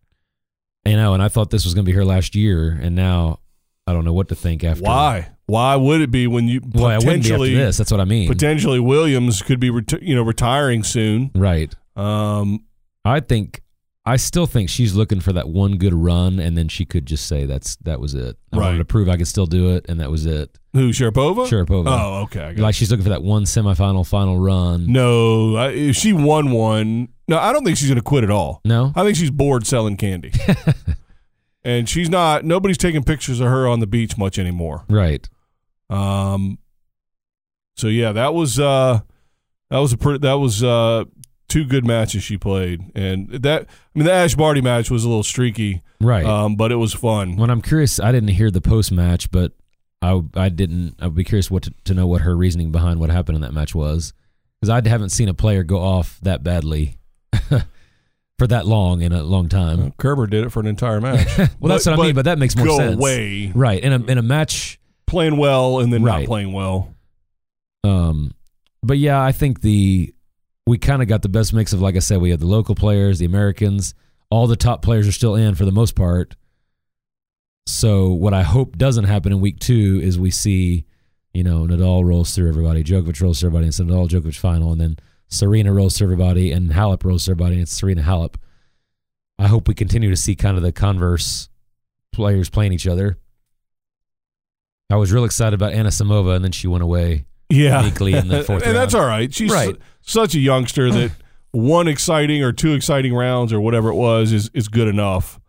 I know, and I thought this was going to be here last year, and now I don't know what to think after.
Why? Why would it be when you
Well, I wouldn't be after
potentially
this. That's what I mean.
potentially Williams could be reti- you know retiring soon?
right.
Um,
I think I still think she's looking for that one good run, and then she could just say that's that was it. I
Right.
wanted to prove I could still do it, and that was it.
who Sharapova?
Sharapova.
Oh, okay. I got
Like she's looking for that one semifinal final run.
No, I, if she won one, no, I don't think she's going to quit at all.
No,
I think she's bored selling candy. and she's not, nobody's taking pictures of her on the beach much anymore.
right?
Um, so yeah, that was, uh, that was a pretty, that was, uh, two good matches she played. And that, I mean, the Ash Barty match was a little streaky,
Right.
um, but it was fun.
when I'm curious, I didn't hear the post match, but I I didn't. I'd be curious what to, to know what her reasoning behind what happened in that match was, because I haven't seen a player go off that badly for that long in a long time.
Kerber did it for an entire match.
Well, that's
But-
what I mean, but that makes more
go
sense.
away.
Right. In a in a match
Playing well and then not
Right.
playing well.
Um, but yeah, I think the we kind of got the best mix of like I said, we had the local players, the Americans, all the top players are still in for the most part. So what I hope doesn't happen in week two is we see, you know, Nadal rolls through everybody, Djokovic rolls through everybody, and it's Nadal Djokovic final, and then Serena rolls through everybody, and Halep rolls through everybody, and it's Serena Halep. I hope we continue to see kind of the converse players playing each other. I was real excited about Anna Samova, and then she went away.
yeah,
Meekly in the fourth
and that's
round.
all right. She's
Right.
su- such a youngster that one exciting or two exciting rounds or whatever it was is is good enough.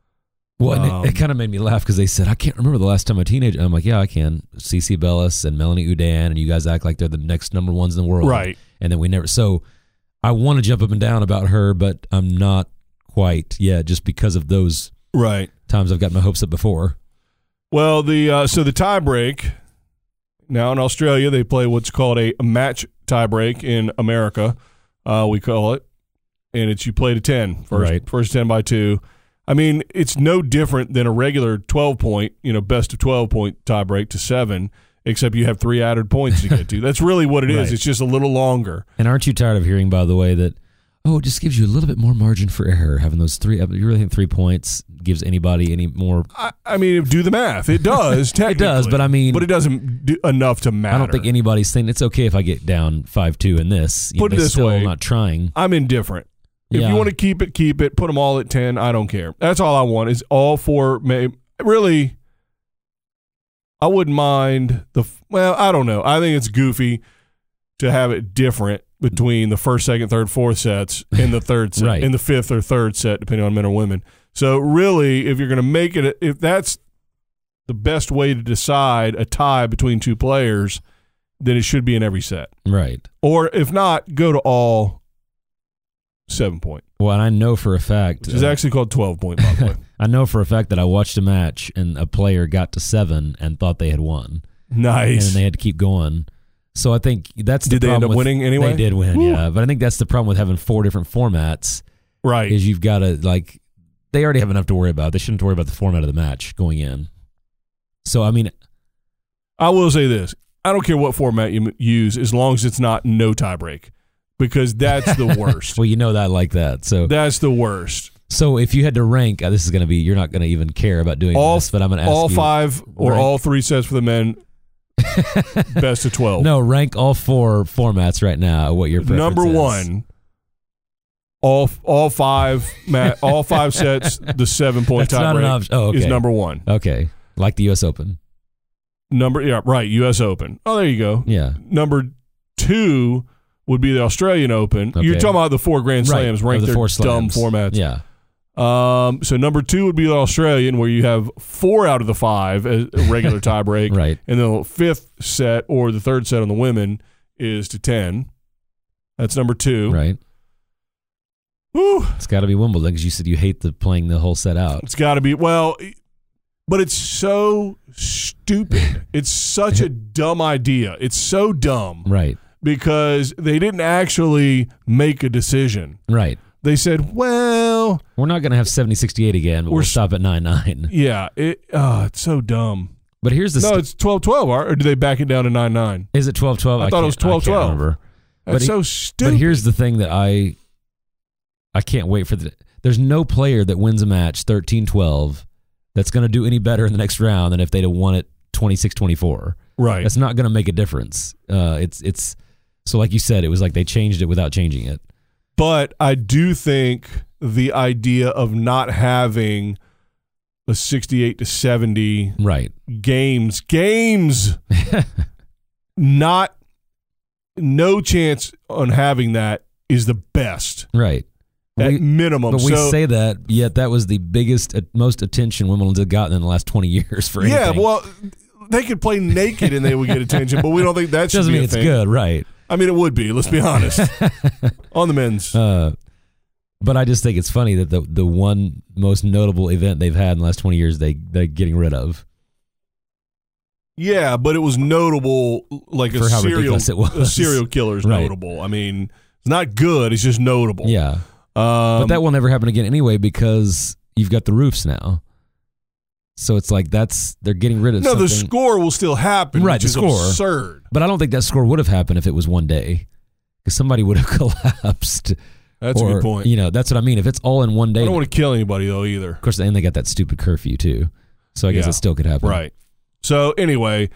Well, and
Um,
it, it kind of made me laugh because they said, I can't remember the last time a teenager. and I'm like, yeah, I can. Cece Bellis and Melanie Udan, and you guys act like they're the next number ones in the world.
Right.
And then we never. So I want to jump up and down about her, but I'm not quite yet just because of those
Right.
times I've got my hopes up before.
Well, the uh, so the tie break now in Australia they play what's called a match tie break in America. Uh, we call it, and it's you play to ten first,
Right.
first ten by two. I mean, it's no different than a regular twelve point, you know, best of twelve point tie break to seven, except you have three added points to get to. That's really what it is.
Right.
It's just a little longer.
And aren't you tired of hearing, by the way, that, oh, it just gives you a little bit more margin for error having those three? You really think three points gives anybody any more?
I, I mean, do the math. It does.
It does,
technically.
but I mean-
but it doesn't do enough to matter.
I don't think anybody's saying it's okay if I get down 5 2 in this. You
Put it
they
this
still
way.
not trying.
I'm indifferent. If
Yeah.
you want to keep it, keep it. Put them all at ten. I don't care. That's all I want is all four. May really, I wouldn't mind the. f- Well, I don't know. I think it's goofy to have it different between the first, second, third, fourth sets and the third set,
Right.
and the fifth or third set, depending on men or women. So really, if you're going to make it, if that's the best way to decide a tie between two players, then it should be in every set.
Right.
Or if not, go to all seven point,
Well, and I know for a fact.
which is
uh,
actually called 12 point, by the way.
I know for a fact that I watched a match and a player got to seven and thought they had won, and then
Nice.
they had to keep going. So I think that's the
Did they end
problem
up
with-
winning anyway?
They did win,
Woo.
yeah. But I think that's the problem with having four different formats
Right.
is you've got to like they already have enough to worry about. They shouldn't worry about the format of the match going in. So I mean,
I will say this I don't care what format you m- use as long as it's not no tiebreak because that's the worst.
well, you know that I like that. So
that's the worst.
so if you had to rank, uh, this is going to be you're not going to even care about doing
All-
this, but I'm going to ask
All
you,
five or
Right.
all three sets for the men, best of 12.
No, rank all four formats right now. What your preference
Number
is.
one. All, all five ma- all five sets the seven point
That's not an
tiebreak
option. Oh, okay.
is number one
Okay, like the U.S. Open.
Number yeah, right, US Open. Oh, there you go.
Yeah,
Number two would be the Australian Open. You're
Okay.
talking about the four Grand Slams
Right,
ranked
of the
their
four
dumb
slams.
formats.
Yeah,
Um, so number two would be the Australian, where you have four out of the five as a regular tiebreak,
right.
and then the fifth set or the third set on the women is to ten. That's number two.
Right.
Whew,
It's got to be Wimbledon because you said you hate the playing the whole set out.
it's got to be well, but it's so stupid. it's such a dumb idea. It's so dumb.
Right.
because they didn't actually make a decision.
Right.
They said, "Well,
We're not going to have 70 68 again, but
We're
we'll
s-
stop at 9 9.
yeah, it oh, it's so dumb."
But here's the.
no,
st-
it's 12-12, or, or do they back it down to 9-9?
is it 12 12?
I thought it was 12-12.
remember.
That's
But he-
so stupid.
But here's the thing that I I can't wait for the there's no player that wins a match 13-12 that's going to do any better in the next round than if they'd have won it 26-24.
right.
That's not going to make a difference. Uh, it's it's so like you said it was like they changed it without changing it.
But I do think the idea of not having a 68 to 70
Right.
games games not no chance on having that is the best
Right.
at
We-
minimum.
But we
so,
say that, yet that was the biggest, uh, most attention Wimbledon's had gotten in the last 20 years for anything.
Yeah, well, they could play naked and they would get attention, but we don't think that should
doesn't
be
mean
a
it's
thing.
good, right?
I mean, it would be. Let's be honest. On the men's,
Uh, but I just think it's funny that the the one most notable event they've had in the last 20 years, they they're getting rid of.
yeah, but it was notable, like a
For how
serial,
ridiculous it was.
a serial killer's
Right.
notable. I mean, it's not good. It's just notable.
Yeah,
um,
but that will never happen again anyway because you've got the roofs now. So it's like that's they're getting rid of
no, the
something.
score will still happen.
Right,
which
the
is
score.
absurd.
but I don't think that score would have happened if it was one day, because somebody would have collapsed.
That's a
or,
good point.
You know, that's what I mean. If it's all in one day,
I don't want to kill anybody though either.
Of course, and they got that stupid curfew too. So I guess
Yeah.
it still could happen.
Right. So anyway,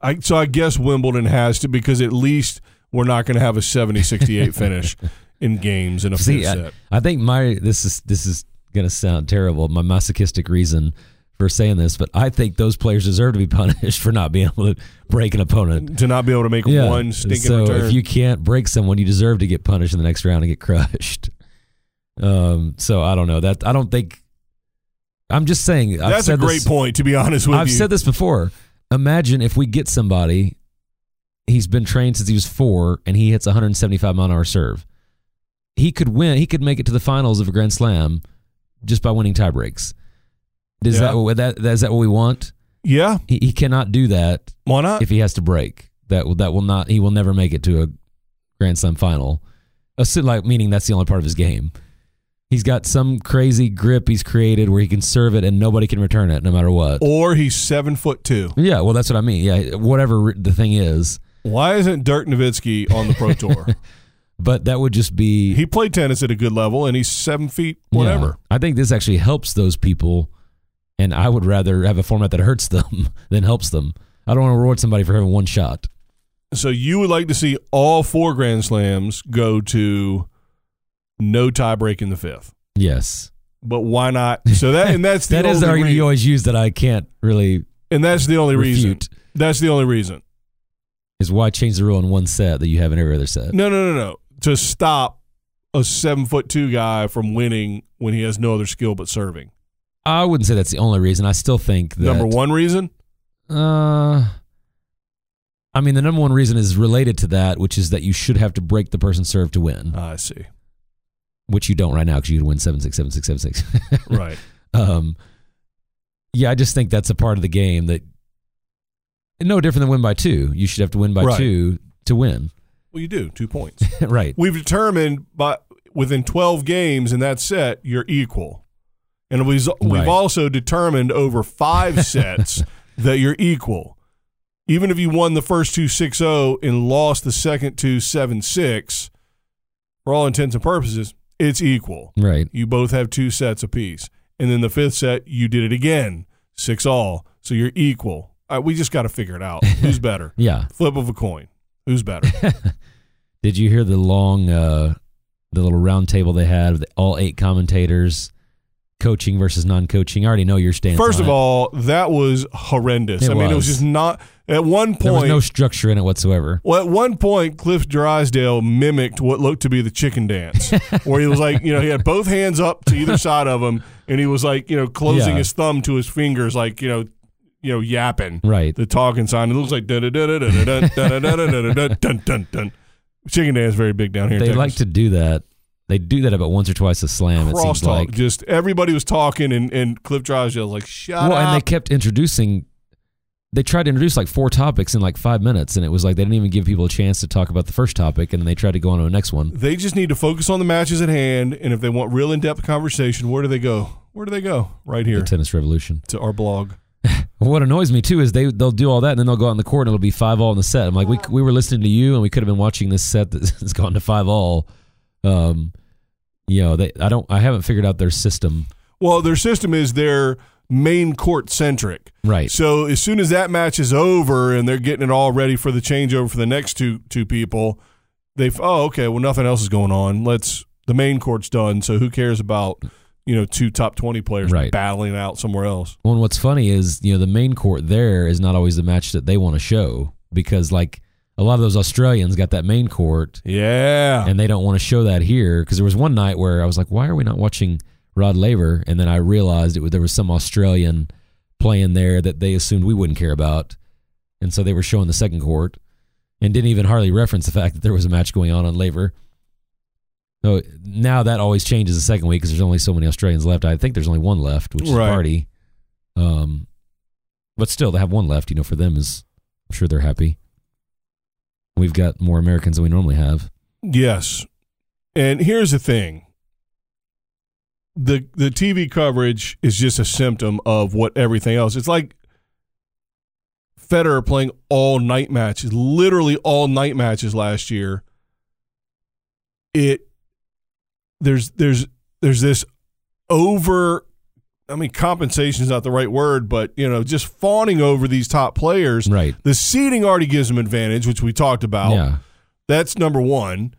I so I guess Wimbledon has to because at least we're not going to have a 70-68 finish in games in a
See,
fifth
I,
set.
I think my this is this is gonna sound terrible. My masochistic reason for saying this, but I think those players deserve to be punished for not being able to break an opponent.
to not be able to make one stinking
so
return.
if you can't break someone, you deserve to get punished in the next round and get crushed. Um, so I don't know that. I don't think. I'm just saying. I've
That's a
said
great
this,
point. To be honest with
I've
you,
said this before. Imagine if we get somebody, he's been trained since he was four, and he hits 175 mile an hour serve. He could win. He could make it to the finals of a Grand Slam just by winning tie breaks. Is
Yeah.
that what that, that is that what we want?
yeah,
He, he cannot do that
why not?
if he has to break. That will that will not. He will never make it to a Grand Slam final. Assu- like meaning that's the only part of his game. He's got some crazy grip he's created where he can serve it and nobody can return it, no matter what.
or he's seven foot two.
Yeah, well, that's what I mean. Yeah, whatever re- the thing is,
Why isn't Dirk Nowitzki on the pro tour?
but that would just be
he played tennis at a good level, and he's seven feet
yeah.
whatever.
I think this actually helps those people, and I would rather have a format that hurts them than helps them. I don't want to reward somebody for having one shot.
So you would like to see all four Grand Slams go to no tie break in the fifth.
Yes,
But why not? So that and that's the
that
only
is the argument
rea-
you always use that I can't really
and that's the only reason.
refute.
That's the only reason.
Is why change the rule in one set that you have in every other set.
No, no, no, no. To stop a seven foot two guy from winning when he has no other skill but serving.
I wouldn't say that's the only reason. I still think that
Number one reason.
Uh, I mean, the number one reason is related to that, which is that you should have to break the person's serve to win.
I see.
which you don't right now because you could win seven six seven six seven six.
Right.
um, yeah, I just think that's a part of the game that no different than win by two. You should have to win by
Right.
two to win,
well, you do two points.
right?
We've determined, but within twelve games in that set, you're equal, and we've we've
Right.
also determined over five sets that you're equal. Even if you won the first two 6-0 and lost the second two 7-6, for all intents and purposes, it's equal.
Right.
you both have two sets apiece. And then the fifth set, you did it again, six all. So you're equal. Uh, we just got to figure it out. Who's better?
Yeah.
Flip of a coin. Who's better?
Did you hear the long, uh, the little round table they had with all eight commentators, coaching versus non-coaching? I already know your stance.
First
on
of
it.
all, that was horrendous.
It
I mean, it was
was.
just not. At one
there was
point,
no structure in it whatsoever.
well, at one point, Cliff Drysdale mimicked what looked to be the chicken dance, where he was like, you know, he had both hands up to either side of him, and he was like, you know, closing
Yeah.
his thumb to his fingers, like, you know, you know, yapping.
Right.
the talking sign. It looks like dun dun dun dun dun dun dun dun dun dun dun dun. Chicken dance very big down here.
They like to do that. They do that about once or twice a slam. it
cross
seems
talk.
like
Just everybody was talking, and and Cliff Drysdale was like, "Shut
well, and they
up."
kept introducing. They tried to introduce like four topics in like five minutes, and it was like they didn't even give people a chance to talk about the first topic, and then they tried to go on to the next one.
They just need to focus on the matches at hand, and if they want real in depth conversation, where do they go? Where do they go? Right here
The tennis revolution.
to our blog.
What annoys me too is they they'll do all that, and then they'll go out in the court, and it'll be five all in the set. I'm like, we we were listening to you, and we could have been watching this set that's gone to five all. Um, you know, they I don't I haven't figured out their system.
Well, their system is their main court centric.
Right.
So as soon as that match is over and they're getting it all ready for the changeover for the next two two people, they oh okay, well nothing else is going on. Let's the main court's done, so who cares about you know two top twenty players
Right.
battling out somewhere else?
Well, and what's funny is you know the main court there is not always the match that they want to show because like a lot of those Australians got that main court
Yeah,
and they don't want to show that here because there was one night where I was like, why are we not watching Rod Laver? And then I realized it was, there was some Australian playing there that they assumed we wouldn't care about, and so they were showing the second court and didn't even hardly reference the fact that there was a match going on on Laver. So now that always changes the second week because there's only so many Australians left. I think there's only one left, which is
Right.
Party. Um, but still, to have one left, you know, for them is, I'm sure they're happy. We've got more Americans than we normally have.
yes. And here's the thing. The the TV coverage is just a symptom of what everything else. It's like Federer playing all night matches, literally all night matches last year. It there's there's there's this over I mean compensation is not the right word, but you know, just fawning over these top players.
Right.
The seeding already gives them advantage, which we talked about.
Yeah.
That's number one.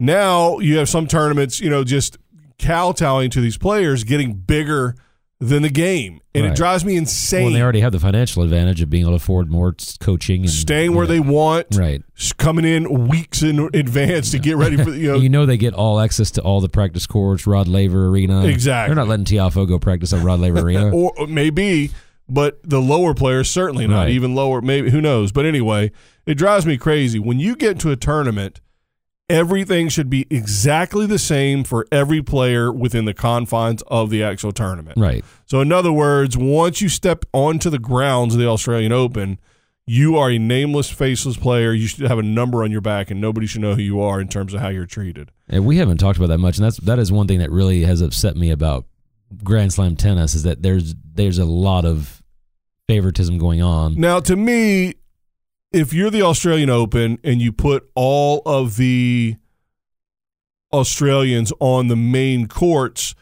Now you have some tournaments, you know, just kowtowing to these players, getting bigger than the game, and it
Right.
drives me insane.
Well, they already have the financial advantage of being able to afford more s- coaching and
Staying where they want,
Right.
s- coming in weeks in advance to get ready for the, you know,
You know they get all access to all the practice courts, Rod Laver Arena.
Exactly.
They're not letting Tiafo go practice at Rod Laver Arena.
or or maybe, but the lower players certainly not
Right.
even lower. Maybe who knows? But anyway, it drives me crazy when you get to a tournament. Everything should be exactly the same for every player within the confines of the actual tournament.
Right.
So, in other words, once you step onto the grounds of the Australian Open, you are a nameless, faceless player. You should have a number on your back, and nobody should know who you are in terms of how you're treated.
And we haven't talked about that much, and that's that is one thing that really has upset me about Grand Slam tennis is that there's there's a lot of favoritism going on.
Now, to me, if you're the Australian Open and you put all of the Australians on the main courts,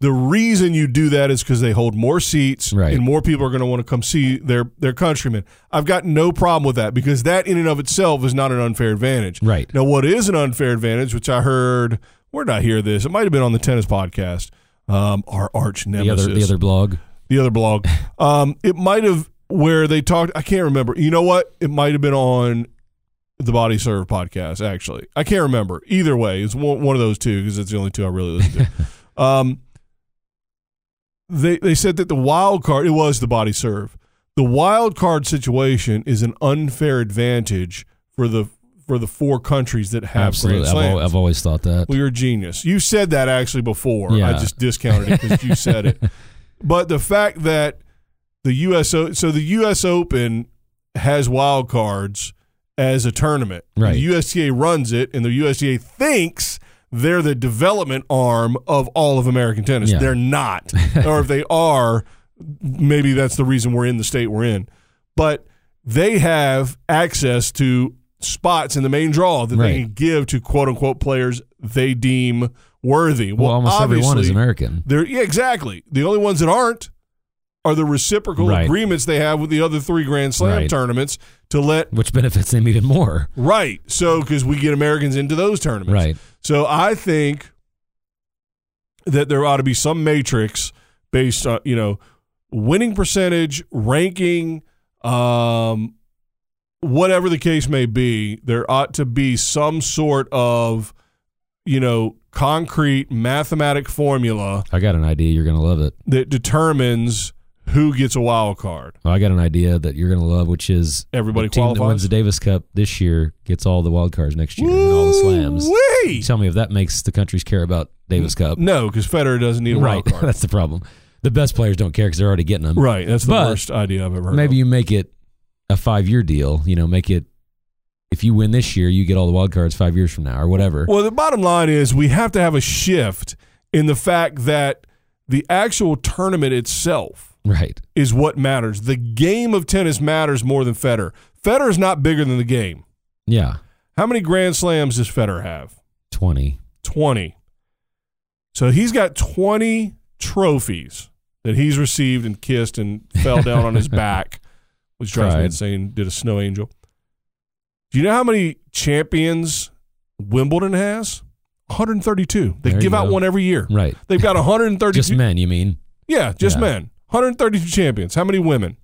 the reason you do that is because they hold more seats
Right.
and more people are going to want to come see their their countrymen. I've got no problem with that because that in and of itself is not an unfair advantage.
Right.
Now, what is an unfair advantage, which I heard, where did I hear this? It might have been on the tennis podcast, um, our arch
The
nemesis
other the other blog.
the other blog. Um, it might have where they talked. I can't remember. You know what? It might have been on the Body Serve podcast. Actually, I can't remember. Either way, it's one, one of those two because it's the only two I really listen to. um, they they said that the wild card. It was the Body Serve. The wild card situation is an unfair advantage for the for the four countries that have
Absolutely.
Grand
I've,
Slams.
al- I've always thought that.
Well, you're a genius. You said that actually before. I
Yeah.
just discounted it because you said it. But the fact that the U.S. O- so the U.S. Open has wild cards as a tournament.
Right.
The USTA runs it, and the USTA thinks they're the development arm of all of American tennis.
Yeah.
They're not, or if they are, maybe that's the reason we're in the state we're in. But they have access to spots in the main draw that they
Right.
can give to quote unquote players they deem worthy.
Well, almost everyone is
obviously,
American.
They're, yeah, exactly. The only ones that aren't are the reciprocal
Right.
agreements they have with the other three Grand Slam
Right.
tournaments to let
Which benefits them even more.
right. So because we get Americans into those tournaments,
Right.
So I think that there ought to be some matrix based on you know winning percentage, ranking, um, whatever the case may be. There ought to be some sort of you know concrete mathematic formula
I got an idea. You're gonna love it.
that determines who gets a wild card.
Well, I got an idea that you're gonna love, which is
Everybody
the team that
qualifies?
wins the Davis Cup this year gets all the wild cards next year and all the slams.
Woo-wee!
Tell me if that makes the countries care about Davis Cup.
No, because Federer doesn't need a
right.
wild card.
that's the problem. The best players don't care because they're already getting them.
right, that's the
But
worst idea I've ever heard.
Maybe
of.
you make it a five year deal. You know, make it if you win this year, you get all the wild cards five years from now or whatever.
Well, the bottom line is we have to have a shift in the fact that the actual tournament itself
right.
is what matters. The game of tennis matters more than Federer. Federer is not bigger than the game.
Yeah.
How many Grand Slams does Federer have?
Twenty.
20. So he's got 20 trophies that he's received and kissed and fell down on his back, which drives me
Cried.
insane. Did a snow angel. Do you know how many champions Wimbledon has? 132. They
There you
give out
go.
one every year.
Right.
They've got 132.
Just men, you mean?
yeah, just
Yeah.
men. 132 champions. How many women?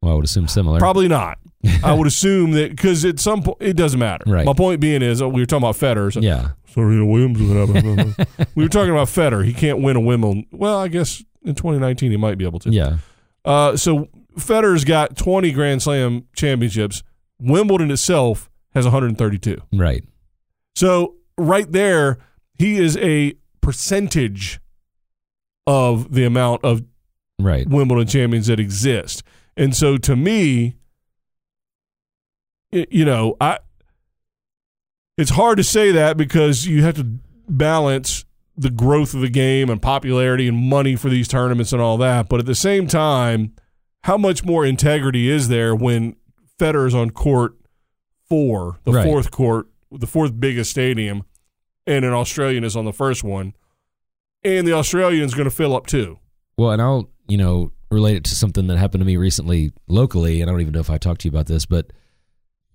Well, I would assume similar.
Probably not. I would assume that because at some point it doesn't matter.
Right.
My point being is uh, we were talking about Federer. So
Yeah.
Serena Williams whatever. we were talking about Federer. He can't win a Wimbledon. Well, I guess in 2019 he might be able to.
Yeah.
Uh, so Federer's got 20 Grand Slam championships. Wimbledon itself has 132.
Right.
So right there, he is a percentage of the amount of
Right.
Wimbledon champions that exist. And so to me, it, you know, I it's hard to say that because you have to balance the growth of the game and popularity and money for these tournaments and all that. But at the same time, how much more integrity is there when Federer's on court four, the
Right.
fourth court, the fourth biggest stadium, and an Australian is on the first one, and the Australian's going to fill up too.
Well, and I'll, you know, relate it to something that happened to me recently locally, and I don't even know if I talked to you about this, but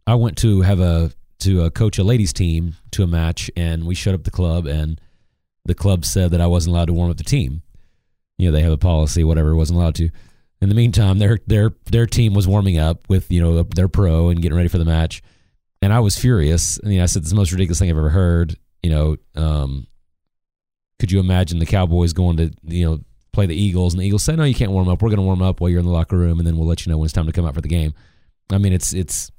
I went to have a to uh, coach a ladies team to a match, and we shut up the club, and the club said that I wasn't allowed to warm up the team. you know they have a policy, whatever, wasn't allowed to. In the meantime, their their their team was warming up with you know their pro and getting ready for the match, and I was furious. I mean, I said this is the most ridiculous thing I've ever heard. You know, um, could you imagine the Cowboys going to you know play the Eagles and the Eagles say no, you can't warm up. We're going to warm up while you're in the locker room, and then we'll let you know when it's time to come out for the game. I mean, it's it's.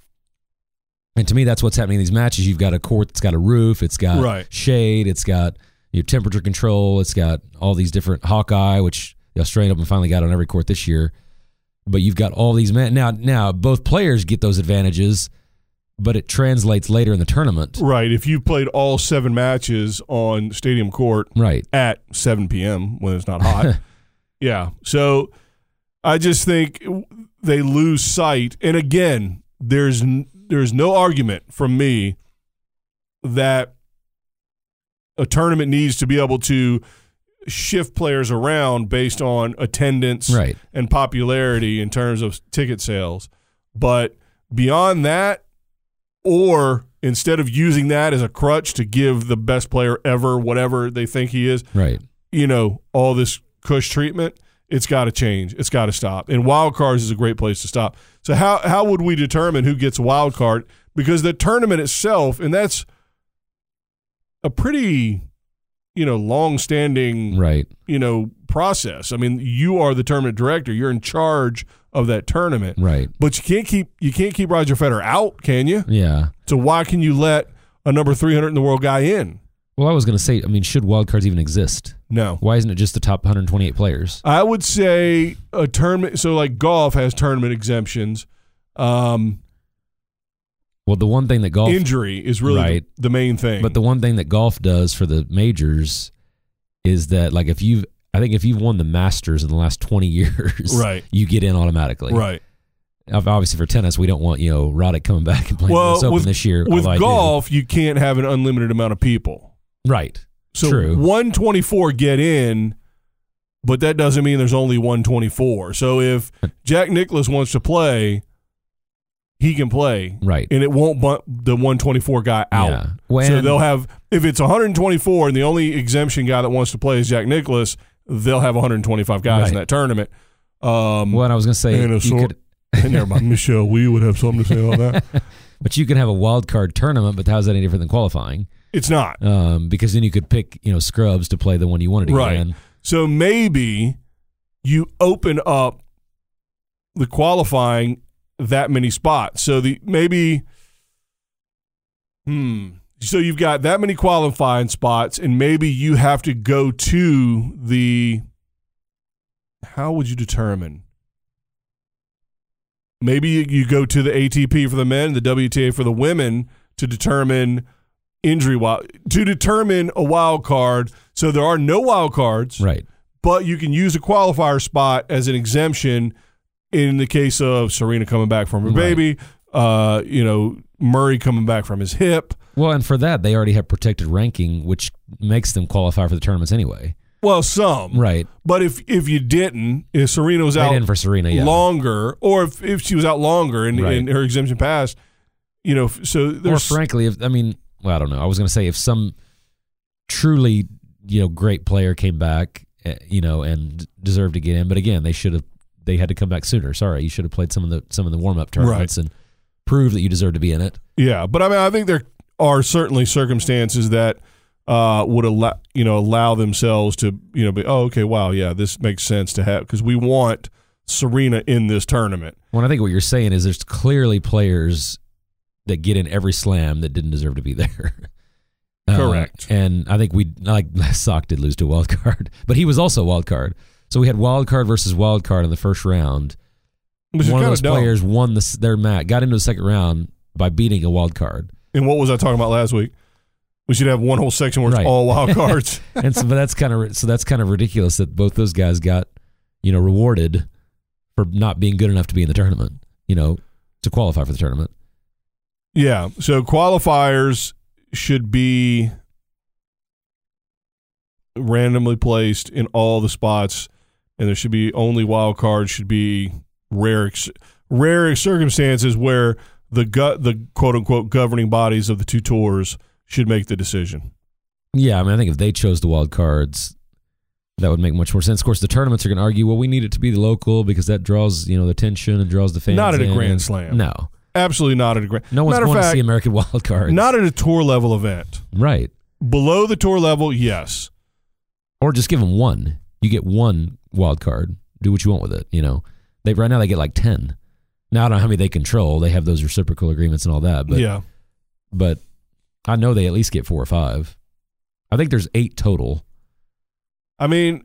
And to me, that's what's happening in these matches. You've got a court that's got a roof, it's got
Right.
shade, it's got your temperature control, it's got all these different Hawkeye, which the Australian Open finally got on every court this year. But you've got all these men now. Now both players get those advantages, but it translates later in the tournament,
Right. If you played all seven matches on stadium court
right?
at 7 p.m. when it's not hot. yeah. So I just think they lose sight. And again, there's n- there's no argument from me that a tournament needs to be able to shift players around based on attendance
Right.
and popularity in terms of ticket sales. But beyond that, or instead of using that as a crutch to give the best player ever whatever they think he is,
Right.
you know, all this cush treatment, it's got to change. It's got to stop. And wild cards is a great place to stop. So how how would we determine who gets wild card? Because the tournament itself, and that's a pretty, you know, long standing
Right.
you know process. I mean, you are the tournament director. You're in charge of that tournament.
Right.
But you can't keep you can't keep Roger Federer out, can you?
Yeah.
So why can you let a number 300 in the world guy in?
Well, I was going to say, I mean, should wildcards even exist?
No.
Why isn't it just the top 128 players?
I would say a tournament so like golf has tournament exemptions. Um
Well, the one thing that golf,
injury is really
Right.
the, the main thing.
but the one thing that golf does for the majors is that, like, if you've, I think if you've won the Masters in the last 20 years,
Right.
you get in automatically.
right.
Ob- Obviously, for tennis, we don't want you know Roddick coming back and playing
Well,
this Open
with-
this year.
With
although I do.
golf, you can't have an unlimited amount of people.
right?
So
True.
124 get in, but that doesn't mean there's only 124. So if Jack Nicholas wants to play, he can play.
Right.
And it won't bunt the 124 guy out.
Yeah. Well,
so
and-
they'll have, if it's 124 and the only exemption guy that wants to play is Jack Nicholas, they'll have 125 guys in
Right.
that tournament. Um,
Well, and I was going to say,
and
you
a sort,
could-
and never mind, Michelle, we would have something to say on that.
but you can have a wild card tournament, but how's that any different than qualifying?
It's not.
um, because then you could pick you know scrubs to play the one you wanted to
Right.
get in.
So maybe you open up the qualifying that many spots. So the maybe hmm so you've got that many qualifying spots and maybe you have to go to the how would you determine maybe you- you go to the ATP for the men, the WTA for the women to determine injury wild to determine a wild card. So there are no wild cards,
Right.
but you can use a qualifier spot as an exemption in the case of Serena coming back from her
Right.
baby, uh, you know, Murray coming back from his hip.
Well, and for that they already have protected ranking, which makes them qualify for the tournaments anyway.
Well, some.
Right.
But if if you didn't, if Serena was
They
out
didn't for Serena. Yeah.
longer, or if, if she was out longer and,
Right.
and her exemption passed, you know, f- so
or
there's
frankly, if I mean, well, I don't know. I was going to say if some truly you know great player came back, eh, you know, and deserved to get in, but again, they should have. They had to come back sooner. Sorry, you should have played some of the some of the warm up tournaments and proved that you deserve to be in it.
Yeah, but I mean, I think there are certainly circumstances that uh, would allow you know allow themselves to you know be oh okay wow yeah this makes sense to have because we want Serena in this tournament
Well, I think what you're saying is there's clearly players that get in every slam that didn't deserve to be there. Uh,
Correct.
and I think we like Sock did lose to a wild card, but he was also a wild card. So we had wild card versus wild card in the first round.
which
One
is
of
kind
those
of dumb.
players won the, their mat, got into the second round by beating a wild card,
And what was I talking about last week? We should have one whole section where it's
Right.
all wild cards.
and so but that's kind of so that's kind of ridiculous that both those guys got you know rewarded for not being good enough to be in the tournament, you know, to qualify for the tournament.
yeah, so qualifiers should be randomly placed in all the spots, and there should be only wild cards. Should be rare, ex- rare circumstances where the gu- the quote unquote governing bodies of the two tours should make the decision.
Yeah, I mean, I think if they chose the wild cards, that would make much more sense. Of course, the tournaments are going to argue, well, we need it to be the local because that draws you know the attention and draws the fans.
Not at a
in.
Grand Slam.
No,
Absolutely not at a grand.
no one's
Matter of
going
fact,
to see American Wild Cards.
Not at a tour level event.
right,
Below the tour level, yes.
or just give them one. You get one wild card. Do what you want with it. You know, they right now they get like ten. Now I don't know how many they control. They have those reciprocal agreements and all that. But
yeah.
but I know they at least get four or five. I think there's eight total.
I mean,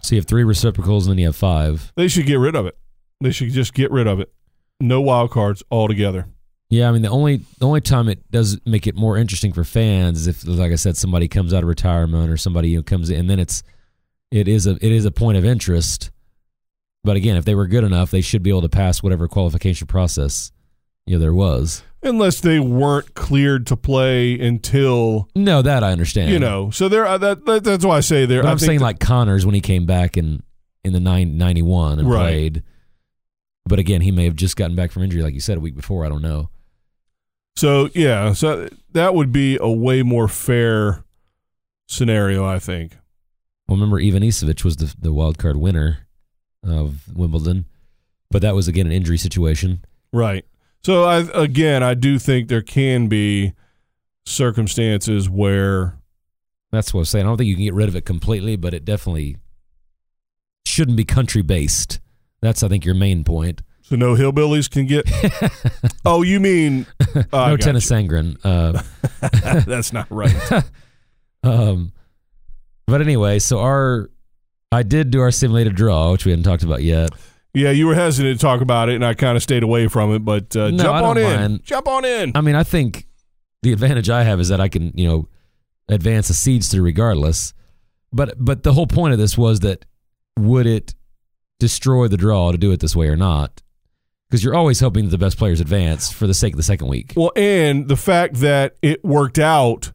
So you have three reciprocals and then you have five.
they should get rid of it. They should just get rid of it. No wild cards altogether.
Yeah, I mean the only the only time it does make it more interesting for fans is if, like I said, somebody comes out of retirement or somebody you know, comes in, and then it's it is a it is a point of interest. But again, if they were good enough, they should be able to pass whatever qualification process you know there was.
Unless they weren't cleared to play until,
No, that I understand.
you know. So there are that, that that's why I say there
but
I
I'm
think
saying
that-
like Connors when he came back in in the nine ninety one and
Right.
played. But again, he may have just gotten back from injury, like you said, a week before. I don't know.
So yeah, so that would be a way more fair scenario, I think.
Well, remember Ivan Isevich was the the wild card winner of Wimbledon, but that was again an injury situation.
Right. So I again, I do think there can be circumstances where
That's what I'm saying. I don't think you can get rid of it completely, but it definitely shouldn't be country based. That's I think your main point.
so no hillbillies can get. oh, you mean oh, I
no
got
tennis sangren. Uh,
you. That's not right.
um, but anyway, so our I did do our simulated draw, which we hadn't talked about yet.
Yeah, you were hesitant to talk about it, and I kind of stayed away from it. But uh,
No,
jump
I
on
don't
in.
mind.
Jump on in.
I mean, I think the advantage I have is that I can, you know, advance the seeds through regardless. But but the whole point of this was that would it destroy the draw to do it this way or not? Because you're always hoping that the best players advance for the sake of the second week.
Well, and the fact that it worked out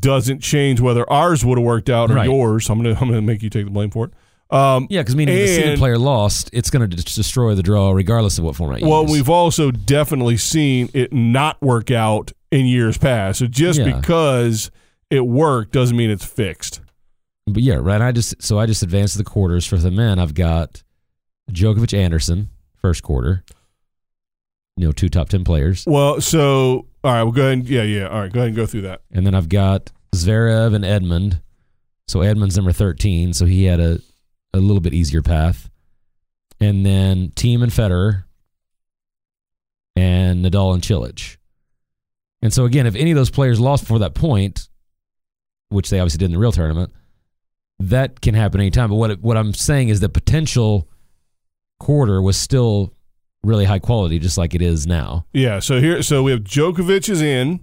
doesn't change whether ours would have worked out or
Right.
yours. I'm gonna I'm gonna make you take the blame for it. Um,
yeah, because meaning if the seeded
and-
player lost, it's going to destroy the draw regardless of what format. You
Well,
use.
we've also definitely seen it not work out in years past. So just
Yeah.
because it worked doesn't mean it's fixed.
But yeah, right. I just so I just advanced the quarters for the men. I've got Djokovic, Anderson, first quarter. You know, two top ten players.
Well, so all right, we'll go ahead. And, yeah, yeah. All right, go ahead and go through that.
And then I've got Zverev and Edmund. So Edmund's number 13, so he had a, a little bit easier path. And then Team and Federer and Nadal and Chilich. And so again, if any of those players lost before that point, which they obviously did in the real tournament, that can happen anytime. But what it- what I'm saying is the potential quarter was still really high quality, just like it is now.
Yeah. So here, so we have Djokovic is in,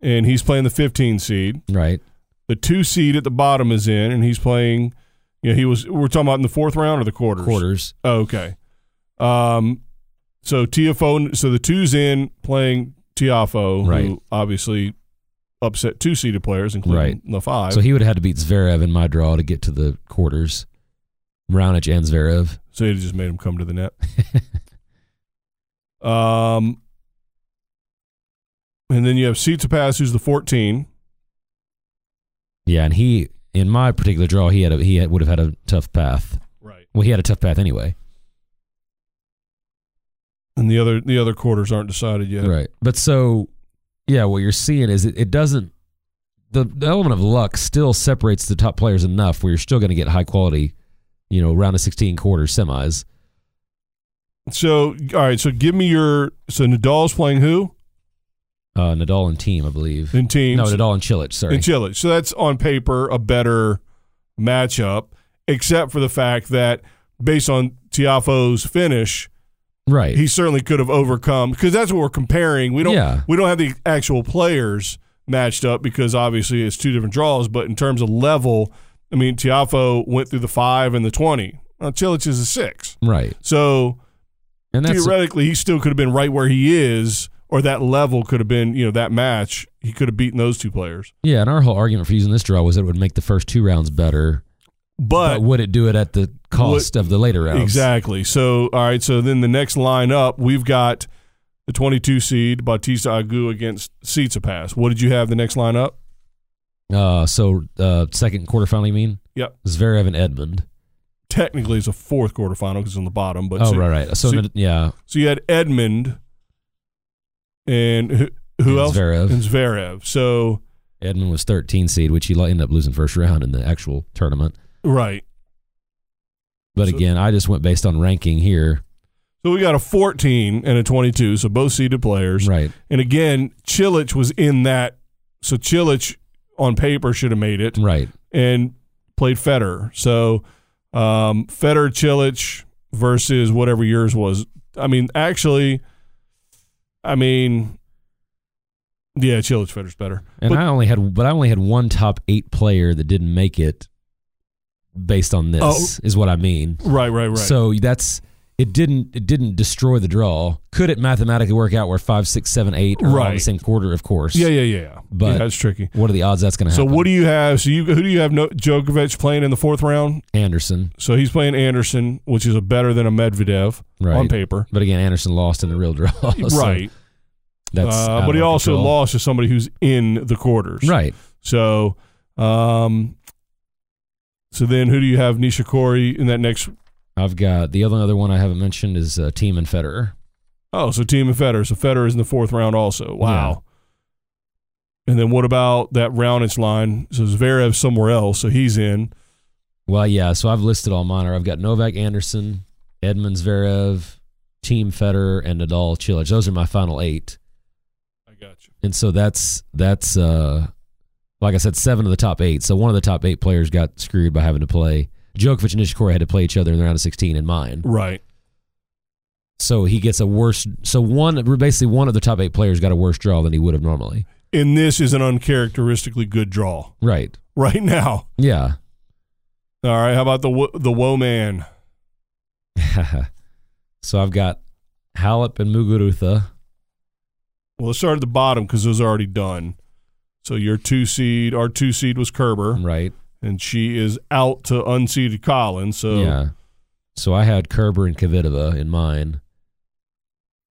and he's playing the 15 seed.
Right.
The two seed at the bottom is in, and he's playing. You know, he was. We're talking about in the fourth round or the quarters.
Quarters.
Oh, okay. Um, so TFO, so the two's in playing Tiafo,
Right.
who obviously upset two seeded players, including the five.
So
So,
he would have had to beat Zverev in my draw to get to the quarters. Raonic and Zverev.
it just made him come to the net. um, and then you have Tsitsipas, who's the fourteen.
Yeah, and he in my particular draw he had a, he had, would have had a tough path.
Right.
Well, he had a tough path anyway.
And the other the other quarters aren't decided yet.
Right. But so yeah, what you're seeing is it, it doesn't the, the element of luck still separates the top players enough where you're still going to get high quality, you know, round of 16 quarters semis.
So all right. So give me your. So Nadal's playing who
Uh, Nadal and team, I believe.
in teams?
No, Nadal and Chilich, sorry.
and Chilich. So that's on paper a better matchup, except for the fact that based on Tiafoe's finish,
right.
he certainly could have overcome because that's what we're comparing. We don't
Yeah.
we don't have the actual players matched up because obviously it's two different draws. But in terms of level, I mean Tiafo went through the five and the twenty. Now Chilich is a six,
right.
so
And that's
theoretically he still could have been right where he is. Or that level could have been, you know, that match. He could have beaten those two players,
yeah, and our whole argument for using this draw was that it would make the first two rounds better
but
but would it do it at the cost of the later rounds?
Exactly. So, all right. So then the next line up, we've got the 22 seed Batista Agu against Tsitsipas. What did you have the next line up?
Uh, so uh, second quarterfinal, you mean?
Yep.
Zverev and Edmund.
Technically, it's a fourth quarterfinal because it's on the bottom. But
oh
so,
right, right. So,
so-
the- yeah,
so you had Edmund and who, who
And
else?
Zverev.
And Zverev. So
Edmund was 13 seed, which he lo- ended up losing first round in the actual tournament.
right.
But
So-
again, I just went based on ranking here.
So we got a 14 and a 22. So both seeded players.
Right.
And again, Chilich was in that. So Chilich on paper should have made it
Right.
and played Federer. So um, Federer Chilich versus whatever yours was. I mean, actually, I mean, yeah, Chilich Federer's better.
And
But-
I only had, but I only had one top eight player that didn't make it. Based on this,
Oh.
is what I mean.
Right, right, right.
So that's it. Didn't it didn't destroy the draw? Could it mathematically work out where five, six, seven, eight are all in the
Right.
same quarter? Of course.
yeah, yeah, yeah, yeah.
But-
yeah, that's tricky.
What are the odds that's going to
So
happen?
what do you have? So you who do you have? No, Djokovic playing in the fourth round.
Anderson?
So he's playing Anderson, which is a better than a Medvedev
Right.
on paper.
But again, Anderson lost in the real draw. so
right.
That's out
Uh,
of
but he
our
also
control.
lost to somebody who's in the quarters.
Right.
So, um, so then who do you have? Nisha Corey in that next.
I've got the other other one I haven't mentioned is uh, Team and Federer.
Oh, so team and Federer. So Federer is in the fourth round also. Wow. And then what about that Raonic line? So Zverev's somewhere else, so he's in.
Well, yeah. So I've listed all mine. I've got Novak Anderson, Edmund Zverev, Team Federer, and Nadal Chilich. Those are my final eight.
I got you.
And so that's that's uh like I said, seven of the top eight. So one of the top eight players got screwed by having to play. Djokovic and Nishikori had to play each other in the round of sixteen in mine.
Right.
So he gets a worse. So one basically one of the top eight players got a worse draw than he would have normally.
And this is an uncharacteristically good draw
Right.
right now.
Yeah.
All right. How about the wo- the woe man?
so I've got Halep and Muguruza.
Well, let's start at the bottom because it was already done. So your two seed, our two seed was Kerber.
Right.
and she is out to unseeded Collins. So
Yeah. So I had Kerber and Kvitova in mine.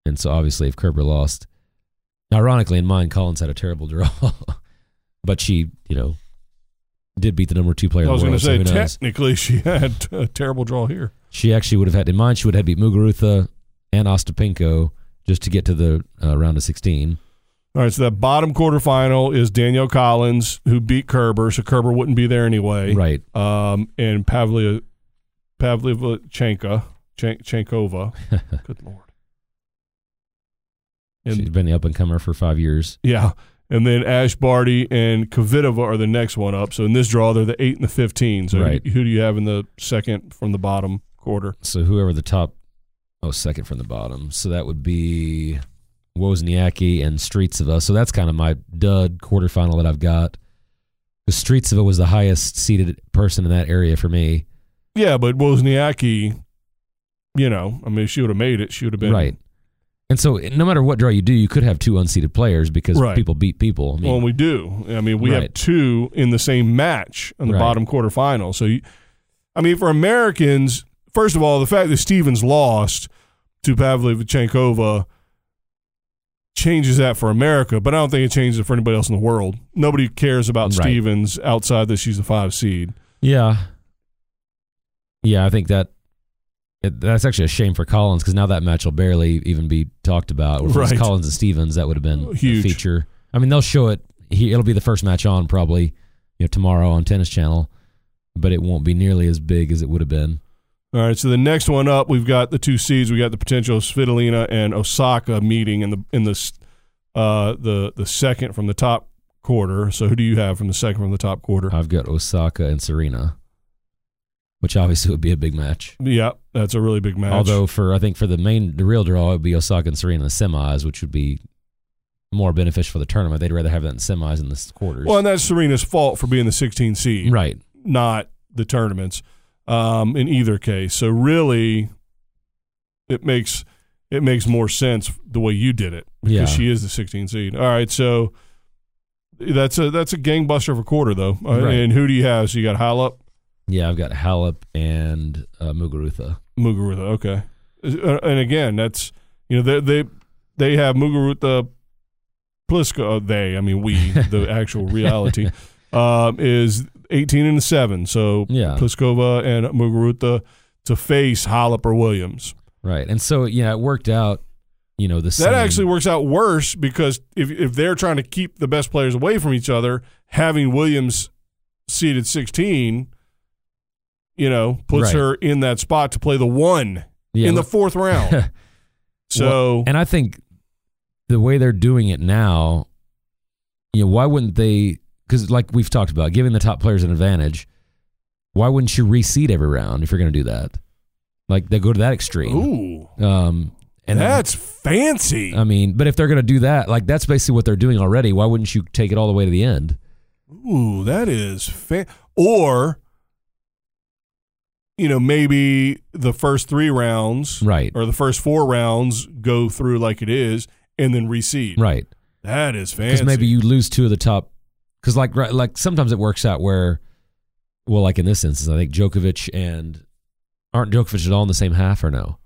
And so obviously if Kerber lost, ironically in mine, Collins had a terrible draw. but she, you know, did beat the number two player
I
in
was
the
going to
world.
say
so who knows?
technically she had a terrible draw here.
She actually would have had in mine, she would have beat Muguruza and Ostapenko just to get to the uh, round of 16.
All right, so that bottom quarterfinal is Danielle Collins who beat Kerber, so Kerber wouldn't be there anyway.
Right.
Um, and Pavlia Pavlyuchenko, Chen- Chenkova. Good lord.
She's
And
been the up and comer for five years.
yeah, and then Ash Barty and Kvitova are the next one up. So in this draw, they're the eight and the fifteen. So
Right.
who do you have in the second from the bottom quarter?
So whoever the top, oh, second from the bottom. So that would be Wozniacki and Streetsova. So that's kind of my dud quarterfinal that I've got. Because Streetsova was the highest seeded person in that area for me.
Yeah, but Wozniacki, you know, I mean, if she would have made it, she would have been
Right. And so no matter what draw you do, you could have two unseeded players because
Right.
people beat people. I mean,
Well, we do. I mean, we have
Right.
two in the same match in the
Right.
bottom quarterfinal. So, you, I mean, for Americans, first of all, the fact that Stevens lost to Pavlyuchenkova changes that for America, but I don't think it changes it for anybody else in the world. Nobody cares about
Right.
Stevens outside that she's the five seed.
yeah. Yeah, I think that it, that's actually a shame for Collins because now that match will barely even be talked about. If it was
Right.
Collins and Stevens, that would have been
Huge.
a feature. I mean, they'll show it. He, it'll be the first match on probably you know, tomorrow on Tennis Channel, but it won't be nearly as big as it would have been.
All right, so the next one up, we've got the two seeds. We got the potential Svitolina and Osaka meeting in the in the s- uh, the the second from the top quarter. So who do you have from the second from the top quarter?
I've got Osaka and Serena, which obviously would be a big match.
Yeah, that's a really big match.
Although for I think for the main the real draw it would be Osaka and Serena in the semis, which would be more beneficial for the tournament. They'd rather have that in semis than the quarters.
well, and that's Serena's fault for being the 16 seed,
right.
not the tournaments. Um, in either case, so really, it makes it makes more sense the way you did it because
Yeah.
she is the 16 seed. All right, so that's a that's a gangbuster of a quarter though. All right,
Right.
And who do you have? So you got Halep,
Yeah, I've got Halep and uh, Muguruza.
Muguruza. Okay, Uh, and again, that's you know they they they have Muguruza, Pliska. uh, They, I mean we, the actual reality um, is 18 and 7. So
Yeah.
Uh, Pliskova and Muguruza to face Hollop or Williams.
Right. And so, yeah, it worked out, you know, the
That actually works out worse because if, if they're trying to keep the best players away from each other, having Williams seeded 16, you know, puts
Right.
her in that spot to play the one
yeah,
in the fourth round. so,
and I think the way they're doing it now, you know, why wouldn't they? Because like we've talked about, giving the top players an advantage. Why wouldn't you reseed every round if you're going to do that? Like they go to that extreme.
ooh,
Um, and
that's fancy.
I mean, but if they're going to do that, like that's basically what they're doing already. Why wouldn't you take it all the way to the end?
Ooh, that is fan. Or, you know, maybe the first three rounds,
Right.
or the first four rounds go through like it is, and then reseed.
Right.
That is fancy.
because maybe you lose two of the top. Because like right, like sometimes it works out where, well, like in this instance, I think Djokovic and aren't Djokovic at all in the same half or no?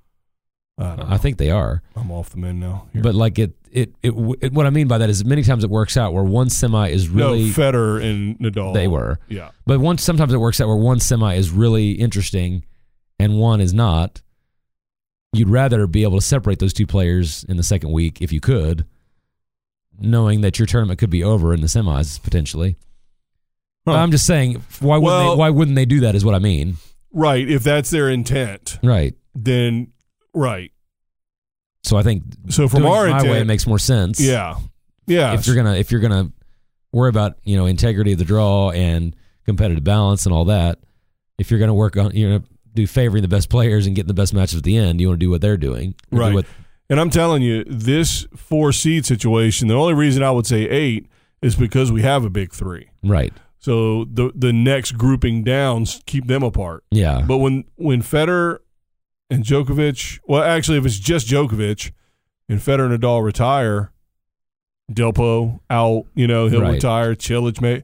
I, don't know.
I think they are.
I'm off the men now. Here.
But like it, it, it, w- it. What I mean by that is many times it works out where one semi is really
no, Federer and Nadal.
they were,
Yeah.
but once sometimes it works out where one semi is really interesting, and one is not. You'd rather be able to separate those two players in the second week if you could, knowing that your tournament could be over in the semis potentially.
Huh.
I'm just saying, why wouldn't
Well-
they, why wouldn't they do that? Is what I mean,
Right. If that's their intent,
right?
then right.
So I think
So from
doing it
our
my
intent,
way makes more sense.
yeah, yeah.
if you're gonna if you're gonna worry about you know integrity of the draw and competitive balance and all that, if you're gonna work on you know do favoring the best players and getting the best matches at the end, you want to do what they're doing, Or do
Right.
what-
And I'm telling you, this four seed situation, the only reason I would say eight is because we have a big three.
right?
So the the next grouping downs keep them apart.
Yeah,
But when when Federer and Djokovic, well, actually, if it's just Djokovic and Federer and Nadal retire, Delpo out, you know, he'll
Right.
retire. Chilich may.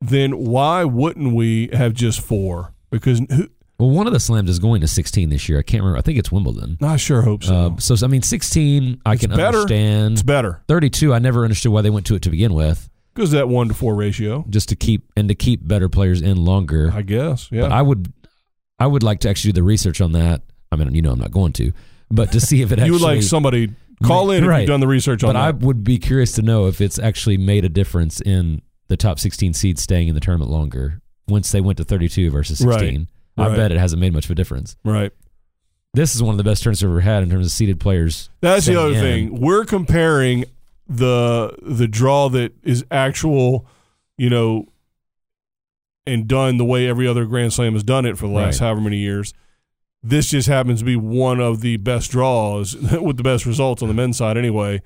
Then why wouldn't we have just four? Because who,
well, one of the slams is going to 16 this year. I can't remember. I think it's Wimbledon.
I sure hope so.
Uh, so I mean, 16 I
It's
can
better.
understand.
it's better
32 I never understood why they went to it to begin with,
because that one to four ratio.
just to keep and to keep better players in longer.
I guess, yeah.
But I would, I would like to actually do the research on that. I mean, you know, I'm not going to, but to see if it actually.
you would like somebody call in if
Right.
you've done the research on
but I
that.
would be curious to know if it's actually made a difference in the top 16 seeds staying in the tournament longer once they went to 32 versus 16.
Right.
I
Right.
bet it hasn't made much of a difference.
right.
This is one of the best turns I've ever had in terms of seeded players.
That's the
Same
other
in.
thing. We're comparing the the draw that is actual, you know, and done the way every other Grand Slam has done it for the last
Right.
however many years. This just happens to be one of the best draws with the best results on the men's side anyway,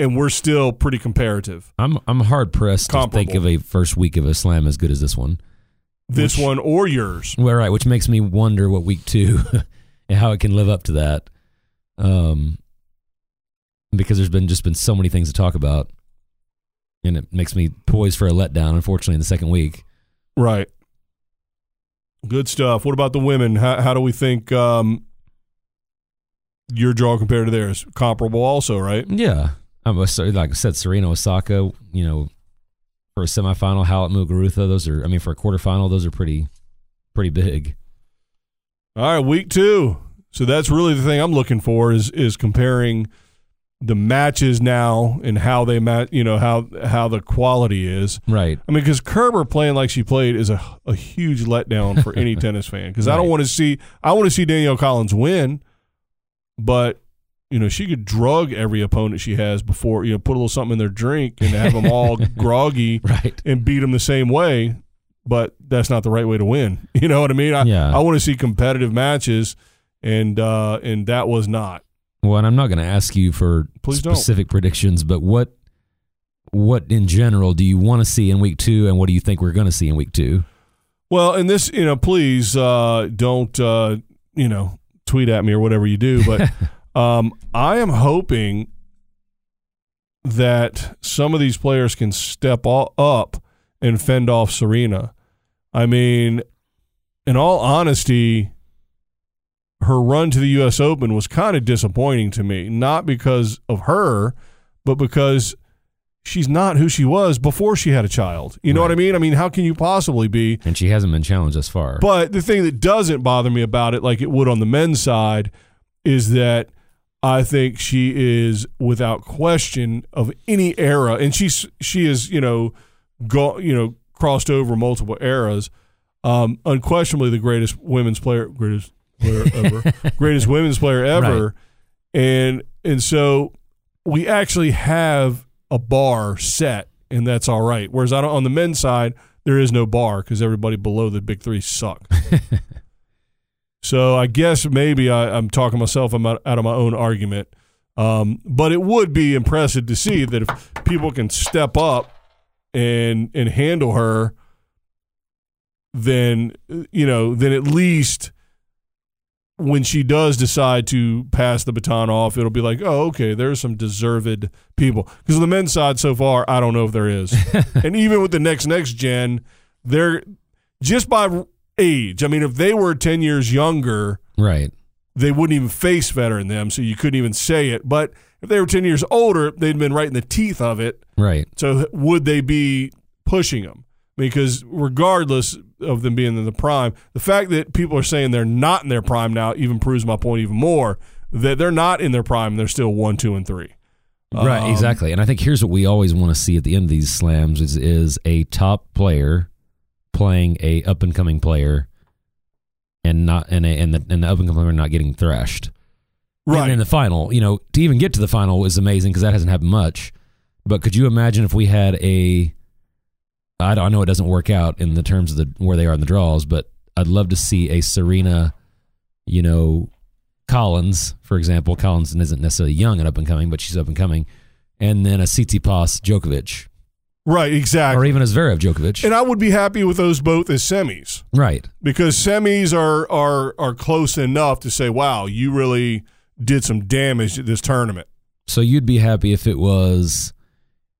and we're still pretty comparative.
I'm I'm hard pressed to
Comparable.
think of a first week of a slam as good as this one.
This
Which-
one or yours.
Well, right, which makes me wonder what week two and how it can live up to that. Um, because there's been just been so many things to talk about, and it makes me poised for a letdown. Unfortunately, in the second week,
Right. Good stuff. What about the women? How, how do we think um, your draw compared to theirs? Comparable, also, right?
yeah, I'm a- so, like I said, Serena Osaka, you know, for a semifinal, Hallett Muguruza, those are, I mean, for a quarterfinal, those are pretty, pretty big.
All right, week two. So that's really the thing I'm looking for is is comparing the matches now and how they match. You know how how the quality is.
Right.
I mean, because Kerber playing like she played is a, a huge letdown for any tennis fan. Because I don't
Right.
want to see I want to see Danielle Collins win, but you know she could drug every opponent she has before you know put a little something in their drink and have them all groggy
Right.
and beat them the same way. But that's not the right way to win. You know what I mean? I,
Yeah.
I want to see competitive matches, and uh, and that was not.
Well, and I'm not going to ask you for
Please don't.
specific predictions, but what what in general do you want to see in week two, and what do you think we're going to see in week two?
Well, and this, you know, please uh, don't, uh, you know, tweet at me or whatever you do. But um, I am hoping that some of these players can step all up and fend off Serena. I mean, in all honesty, her run to the U.S. Open was kind of disappointing to me, not because of her, but because she's not who she was before she had a child. You know what I mean? I mean, how can you possibly be?
and she hasn't been challenged thus far.
But the thing that doesn't bother me about it, like it would on the men's side, is that I think she is without question of any era, and she's she is you know, go you know crossed over multiple eras. Um, unquestionably, the greatest women's player, greatest player ever, greatest women's player ever, and and so we actually have a bar set, and that's all right. Whereas I don't, on the men's side, there is no bar because everybody below the big three suck. so I guess maybe I, I'm talking myself I'm out, out of my own argument. Um, but it would be impressive to see that if people can step up and and handle her, then you know, then at least when she does decide to pass the baton off, it'll be like, oh, okay, there's some deserved people. Because on the men's side so far, I don't know if there is. and even with the next next gen, they're just by age. I mean, if they were ten years younger,
right.
they wouldn't even face veteran them, so you couldn't even say it. But if they were ten years older, they'd been right in the teeth of it.
Right.
So would they be pushing them? Because regardless of them being in the prime, the fact that people are saying they're not in their prime now even proves my point even more that they're not in their prime. They're still one, two, and three.
right. Exactly. And I think here's what we always want to see at the end of these slams is is a top player playing a up and coming player, and not and a, and the and the up and coming player not getting thrashed.
Right.
And in the final, you know, to even get to the final is amazing because that hasn't happened much. But could you imagine if we had a? I don't I know it doesn't work out in the terms of the where they are in the draws, but I'd love to see a Serena, you know, Collins, for example. Collins isn't necessarily young and up and coming, but she's up and coming, and then a Tsitsipas Djokovic,
right. Exactly.
or even a Zverev Djokovic,
and I would be happy with those both as semis
right?
because semis are are are close enough to say, "Wow, you really did some damage at this tournament."
So you'd be happy if it was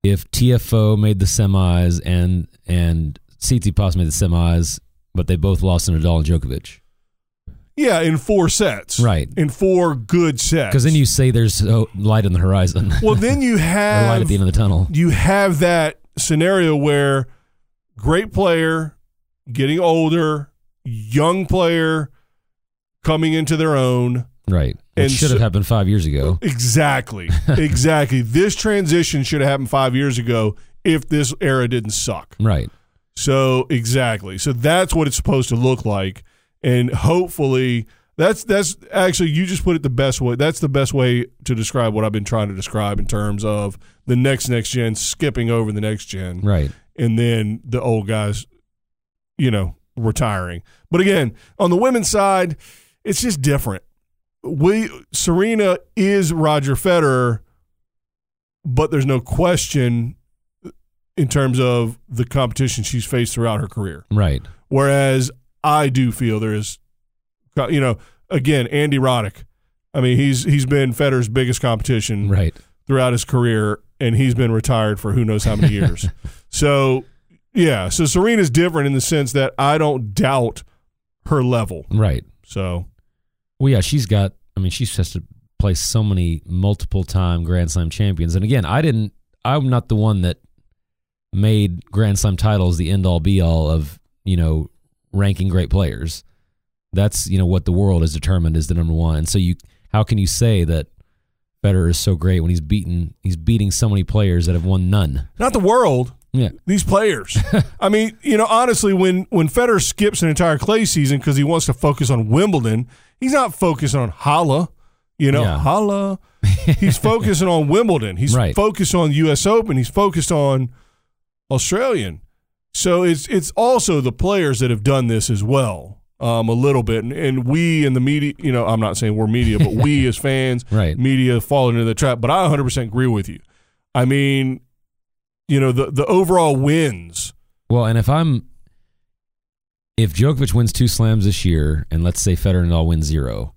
if TFO made the semis and and Tsitsipas made the semis, but they both lost to Nadal and Djokovic.
Yeah, in four sets.
Right.
In four good sets.
Because then you say there's oh, light on the horizon,
well, then you
or light
have
at the end of the tunnel.
you have that scenario where great player getting older, young player coming into their own.
Right.
And
It should have
so-
happened five years ago.
Exactly. exactly. This transition should have happened 5 years ago if this era didn't suck.
Right.
So exactly. So that's what it's supposed to look like, and hopefully that's that's actually you just put it the best way. That's the best way to describe what I've been trying to describe in terms of the next next gen skipping over the next gen,
Right.
and then the old guys, you know, retiring. But again, on the women's side, it's just different. We Serena is Roger Federer, but there's no question in terms of the competition she's faced throughout her career.
Right.
Whereas I do feel there is, you know, again Andy Roddick. I mean, he's he's been Federer's biggest competition
Right.
throughout his career, and he's been retired for who knows how many years. so, yeah, so Serena's different in the sense that I don't doubt her level.
Right.
So,
Well, yeah, she's got. I mean, she's has to play so many multiple-time Grand Slam champions. And again, I didn't. I'm not the one that made Grand Slam titles the end-all, be-all of you know ranking great players. That's you know what the world has determined is the number one. And so you, how can you say that Federer is so great when he's beaten he's beating so many players that have won none?
not the world,
Yeah,
these players. I mean, you know, honestly, when when Federer skips an entire clay season because he wants to focus on Wimbledon, he's not focusing on Holla. You know,
Yeah.
Holla. He's focusing on Wimbledon. He's
Right.
focused on U.S. Open. He's focused on Australian. So it's it's also the players that have done this as well, um, a little bit, and, and we in the media. You know, I'm not saying we're media, but we as fans,
Right.
media, fall into the trap. But I 100 percent agree with you. I mean, you know, the the overall wins.
Well, and if I'm if Djokovic wins two slams this year, and let's say Federer and Nadal win zero,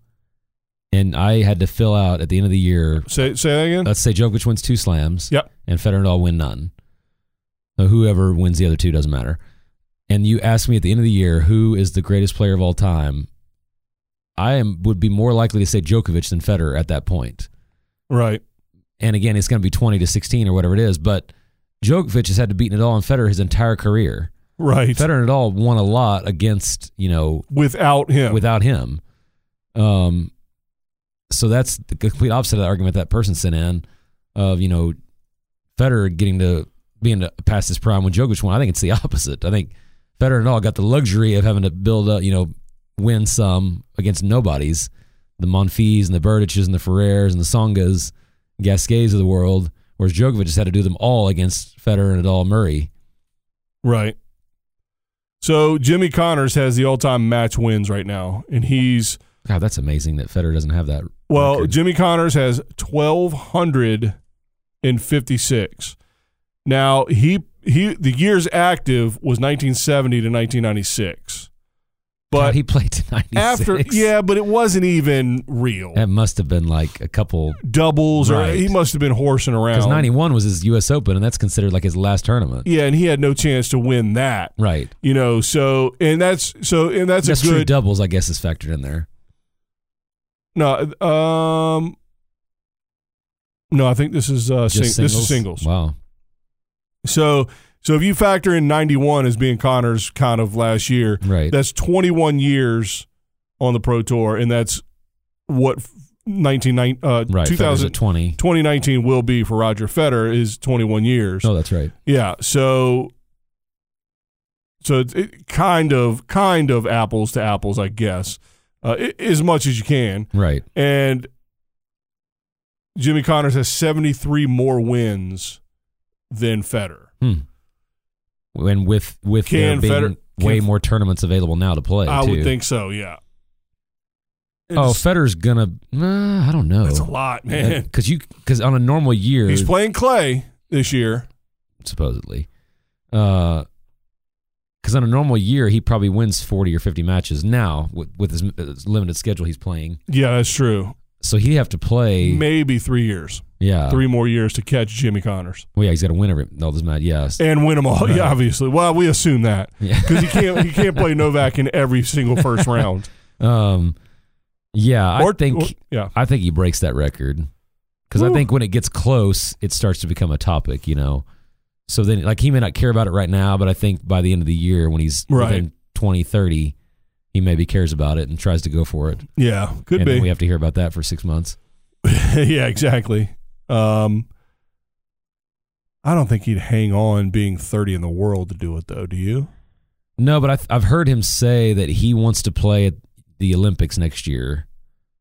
and I had to fill out at the end of the year,
Say say that again.
let's say Djokovic wins two slams,
Yep.
and Federer and Nadal win none. So whoever wins the other two doesn't matter. And you ask me at the end of the year who is the greatest player of all time. I am would be more likely to say Djokovic than Federer at that point
Right.
and again, it's going to be 20 to 16 or whatever it is, but Djokovic has had to beat Nadal and Federer his entire career.
Right.
Federer and Nadal won a lot against you know
Without him.
without him. Um, so that's the complete opposite of the argument that person sent in of you know Federer getting to being to past his prime when Djokovic won. I think it's the opposite. I think Federer and all got the luxury of having to build up, you know, win some against nobodies, the Monfils and the Burdiches and the Ferrers and the Songas, Gasquets of the world. Whereas Djokovic just had to do them all against Federer and Nadal, Murray.
Right. So Jimmy Connors has the all-time match wins right now, and he's
God, that's amazing that Federer doesn't have that.
well.
record.
Jimmy Connors has twelve hundred and fifty-six. Now he he the years active was nineteen seventy to nineteen ninety-six,
God,
but
he played to ninety six.
after yeah, but it wasn't even real
that must have been like a couple
doubles or
Right.
he must have been horsing
Because
around.
91 was his U.S. Open, and that's considered like his last tournament.
yeah, and he had no chance to win that.
Right.
You know, so and that's so and that's,
That's
a
true.
good
Doubles, I guess, is factored in there.
No, um, no, I think this is uh, sing-
Just
this is singles.
Wow.
So, so if you factor in '91 as being Connor's kind of last year,
Right.
that's 21 years on the Pro Tour, and that's what 19 nine- uh,
right. Federer's
2000
at 20.
2019 will be for Roger Federer is 21 years.
No, Oh, that's right.
Yeah, so. So it, it kind of kind of apples to apples, I guess, uh, i as much as you can
Right.
and Jimmy Connors has 73 more wins than Federer.
Hmm. And with with there
Can
being
Federer-
way
can-
more tournaments available now to play.
I would
too.
think so, yeah.
Oh,
It's-
Federer's gonna. Uh, I don't know.
that's a lot, man.
Because you because on a normal year,
He's playing clay this year.
supposedly. Because on a normal year, he probably wins 40 or 50 matches now with, with his, his limited schedule he's playing.
Yeah, that's true.
So he'd have to play.
Maybe three years,
yeah.
three more years to catch Jimmy Connors
Well, yeah, he's got to win every all this match. Yeah,
and win them all. Yeah, obviously. Well, we assume that
yeah.
because he can't he can't play Novak in every single first round.
Um, yeah, I think
or- yeah,
I think he breaks that record because I
Woo.
think when it gets close, it starts to become a topic. You know, so then like he may not care about it right now, but I think by the end of the year, when he's
Right.
within 20, 30, he maybe cares about it and tries to go for it.
yeah, could
and
be.
Then we have to hear about that for six months.
yeah, exactly. Um, I don't think he'd hang on being 30 in the world to do it, though. Do you?
No, but I, I've heard him say that he wants to play at the Olympics next year.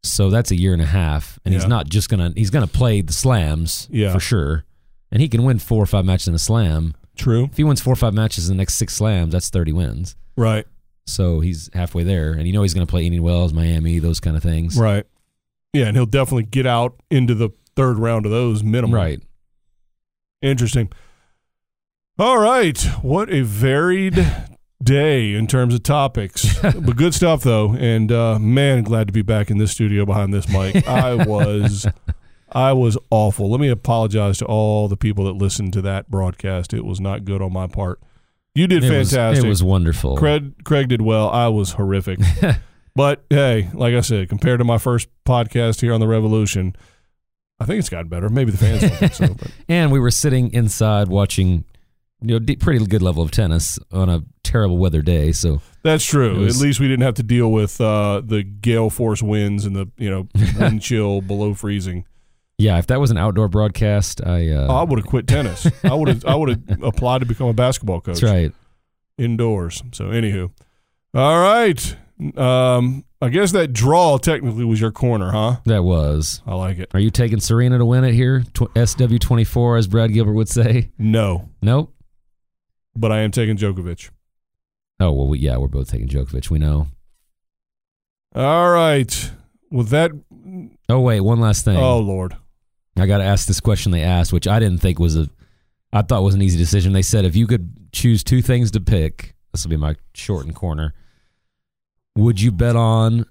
So that's a year and a half, and
Yeah.
he's not just gonna he's gonna play the slams
Yeah.
for sure, and he can win four or five matches in a slam.
True.
If he wins four or five matches in the next six slams, that's thirty wins.
Right. Right.
So he's halfway there, and you know he's gonna play Indian Wells, Miami, those kind of things.
Right. Yeah, and he'll definitely get out into the third round of those minimum.
Right.
Interesting. All right. What a varied day in terms of topics. but good stuff, though. And uh, man, glad to be back in this studio behind this mic. I was. I was awful. Let me apologize to all the people that listened to that broadcast. It was not good on my part. You did
It was-
fantastic.
it was wonderful.
Craig, Craig did well. I was horrific. but hey, like I said, compared to my first podcast here on the Revolution, I think it's gotten better. Maybe the fans don't think so. But
and we were sitting inside watching, you know, d- pretty good level of tennis on a terrible weather day. So
that's true.
It was-
At least we didn't have to deal with uh, the gale force winds and the you know wind chill below freezing.
yeah, if that was an outdoor broadcast, I uh,
Oh, I would have quit tennis. I would have I would have applied to become a basketball coach
that's right.
indoors. So anywho, all right. Um, I guess that draw technically was your corner, huh?
That was.
I like it.
Are you taking Serena to win it here? Tw- SW24, as Brad Gilbert would say.
No,
Nope.
but I am taking Djokovic.
Oh, well, we, yeah, we're both taking Djokovic. We know.
All right. Well, that.
Oh, wait, one last thing.
Oh, Lord.
I got to ask this question they asked, which I didn't think was a, I thought was an easy decision. They said if you could choose two things to pick, this will be my short and corner. Would you bet on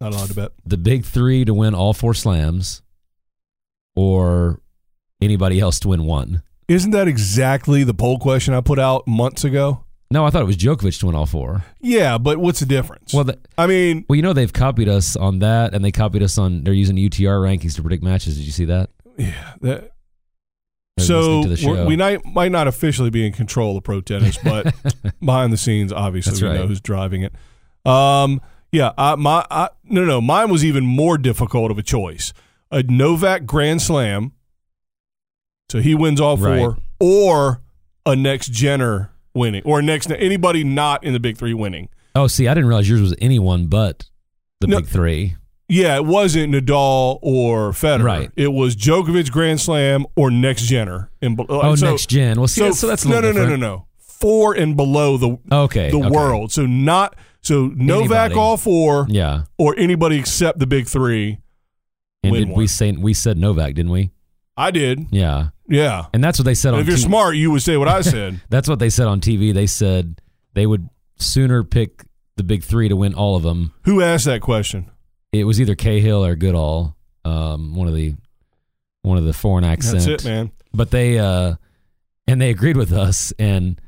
Not allowed to bet.
the big three to win all four slams or anybody else to win one?
Isn't that exactly the poll question I put out months ago?
No, I thought it was Djokovic to win all four.
Yeah, but what's the difference?
Well, the,
I mean,
Well, you know they've copied us on that, and they copied us on. They're using UTR rankings to predict matches. Did you see that?
yeah, that,
They're
So
listening to the
we're-
show.
we might might not officially be in control of pro tennis, but behind the scenes, obviously,
That's
we know
right.
who's driving it. Um, yeah, I, my I, no, no, mine was even more difficult of a choice: a Novak Grand Slam, so he wins all four,
Right.
or a next Jenner winning, or next anybody not in the big three winning.
oh, see, I didn't realize yours was anyone but the
No.
big three.
Yeah, it wasn't Nadal or Federer.
Right.
It was Djokovic Grand Slam or next Jenner. And, be-
Oh,
so-
next gen. Well, see, that's- so, that's a
no, no,
little
no, no,
different.
no. Four and below the
Okay,
the
okay.
world. So not so Novak
Anybody.
all four
Yeah,
or anybody except the big three.
and
Win
did
one.
we say we said Novak, didn't we?
I did.
Yeah,
Yeah.
and that's what they said on.
if you're
TV.
smart, you would say what I said.
That's what they said on TV. They said they would sooner pick the big three to win all of them.
Who asked that question?
It was either Cahill or Goodall, um, one of the one of the foreign accent.
That's it, man.
But they uh, and they agreed with us. And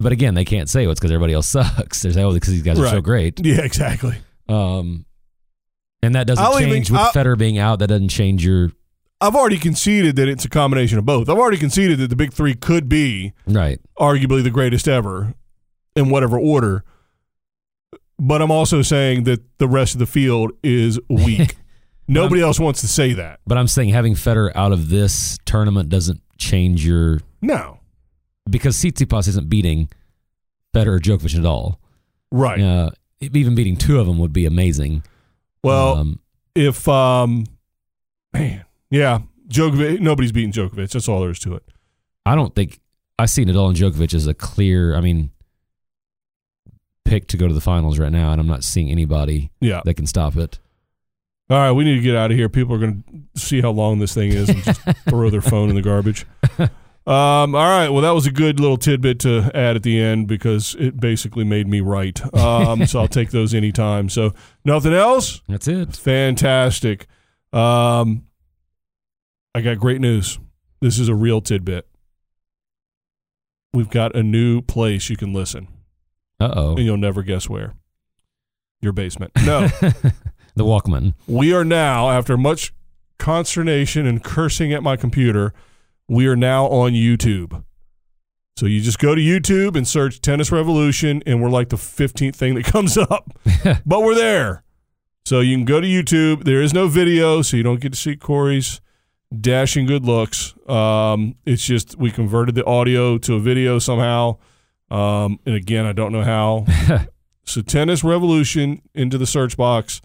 but again, they can't say what's because everybody else sucks. They're saying, oh, because these guys are so
Right.
great.
Yeah, exactly.
Um, and that doesn't
I'll even-
change with
I'll-
Federer being out. That doesn't change your
I've already conceded that it's a combination of both. I've already conceded that the big three could be
right.
arguably the greatest ever in whatever order. But I'm also saying that the rest of the field is weak. Nobody else wants to say that.
But I'm saying having Federer out of this tournament doesn't change your
No.
because Tsitsipas isn't beating Federer, Djokovic at all.
Right.
Uh, even beating two of them would be amazing.
Well,
um,
if um, man, yeah, Djokovic. Nobody's beating Djokovic. That's all there is to it.
I don't think I see Nadal and Djokovic as a clear. I mean, pick to go to the finals right now, and I'm not seeing anybody
Yeah.
that can stop it.
All right, we need to get out of here. People are going to see how long this thing is and just throw their phone in the garbage. Um, all right. Well, that was a good little tidbit to add at the end because it basically made me right. Um, so I'll take those anytime. So nothing else.
That's it.
Fantastic. Um, I got great news. This is a real tidbit. We've got a new place you can listen.
Uh oh.
and you'll never guess where. Your basement. No,
the Walkman.
we are now after much consternation and cursing at my computer, we are now on YouTube. So you just go to YouTube and search Tennis Revolution and we're like the 15th thing that comes up. but we're there. So you can go to YouTube. There is no video, so you don't get to see Corey's dashing good looks. Um, it's just we converted the audio to a video somehow. Um, and again, I don't know how. so Tennis Revolution into the search box,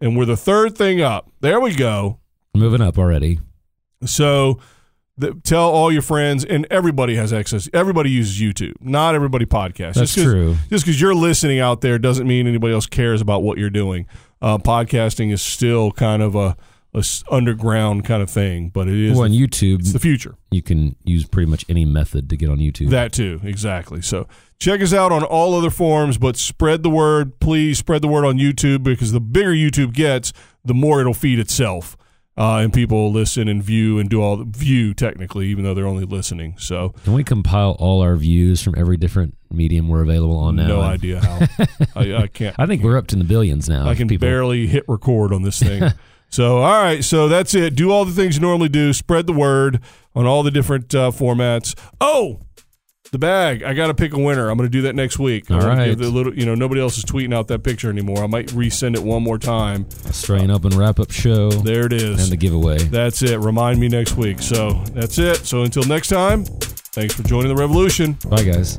and we're the third thing up. There we go.
Moving up already.
So the, tell all your friends, and everybody has access. Everybody uses YouTube. Not everybody podcasts. Just
That's
'cause-
true.
just because you're listening out there doesn't mean anybody else cares about what you're doing. Uh, podcasting is still kind of a, a s- underground kind of thing, but it is
Well, on
it's
YouTube,
the future.
you can use pretty much any method to get on YouTube.
That too, exactly. So check us out on all other forms, but spread the word. Please spread the word on YouTube because the bigger YouTube gets, the more it'll feed itself, uh, and people will listen and view and do all the view technically, even though they're only listening. So
Can we compile all our views from every different medium we're available on now?
no idea how. I, I can't.
I think we're up to the billions now.
I can
people.
barely hit record on this thing. so, all right. So that's it. Do all the things you normally do. Spread the word on all the different uh, formats. Oh, the bag. I got to pick a winner. I'm going to do that next week. I
All
wanna
right.
give the little, you know, nobody else is tweeting out that picture anymore. I might resend it one more time.
Australian Open wrap up show and
There it is.
the giveaway.
that's it. Remind me next week. So that's it. So until next time, thanks for joining the revolution.
Bye, guys.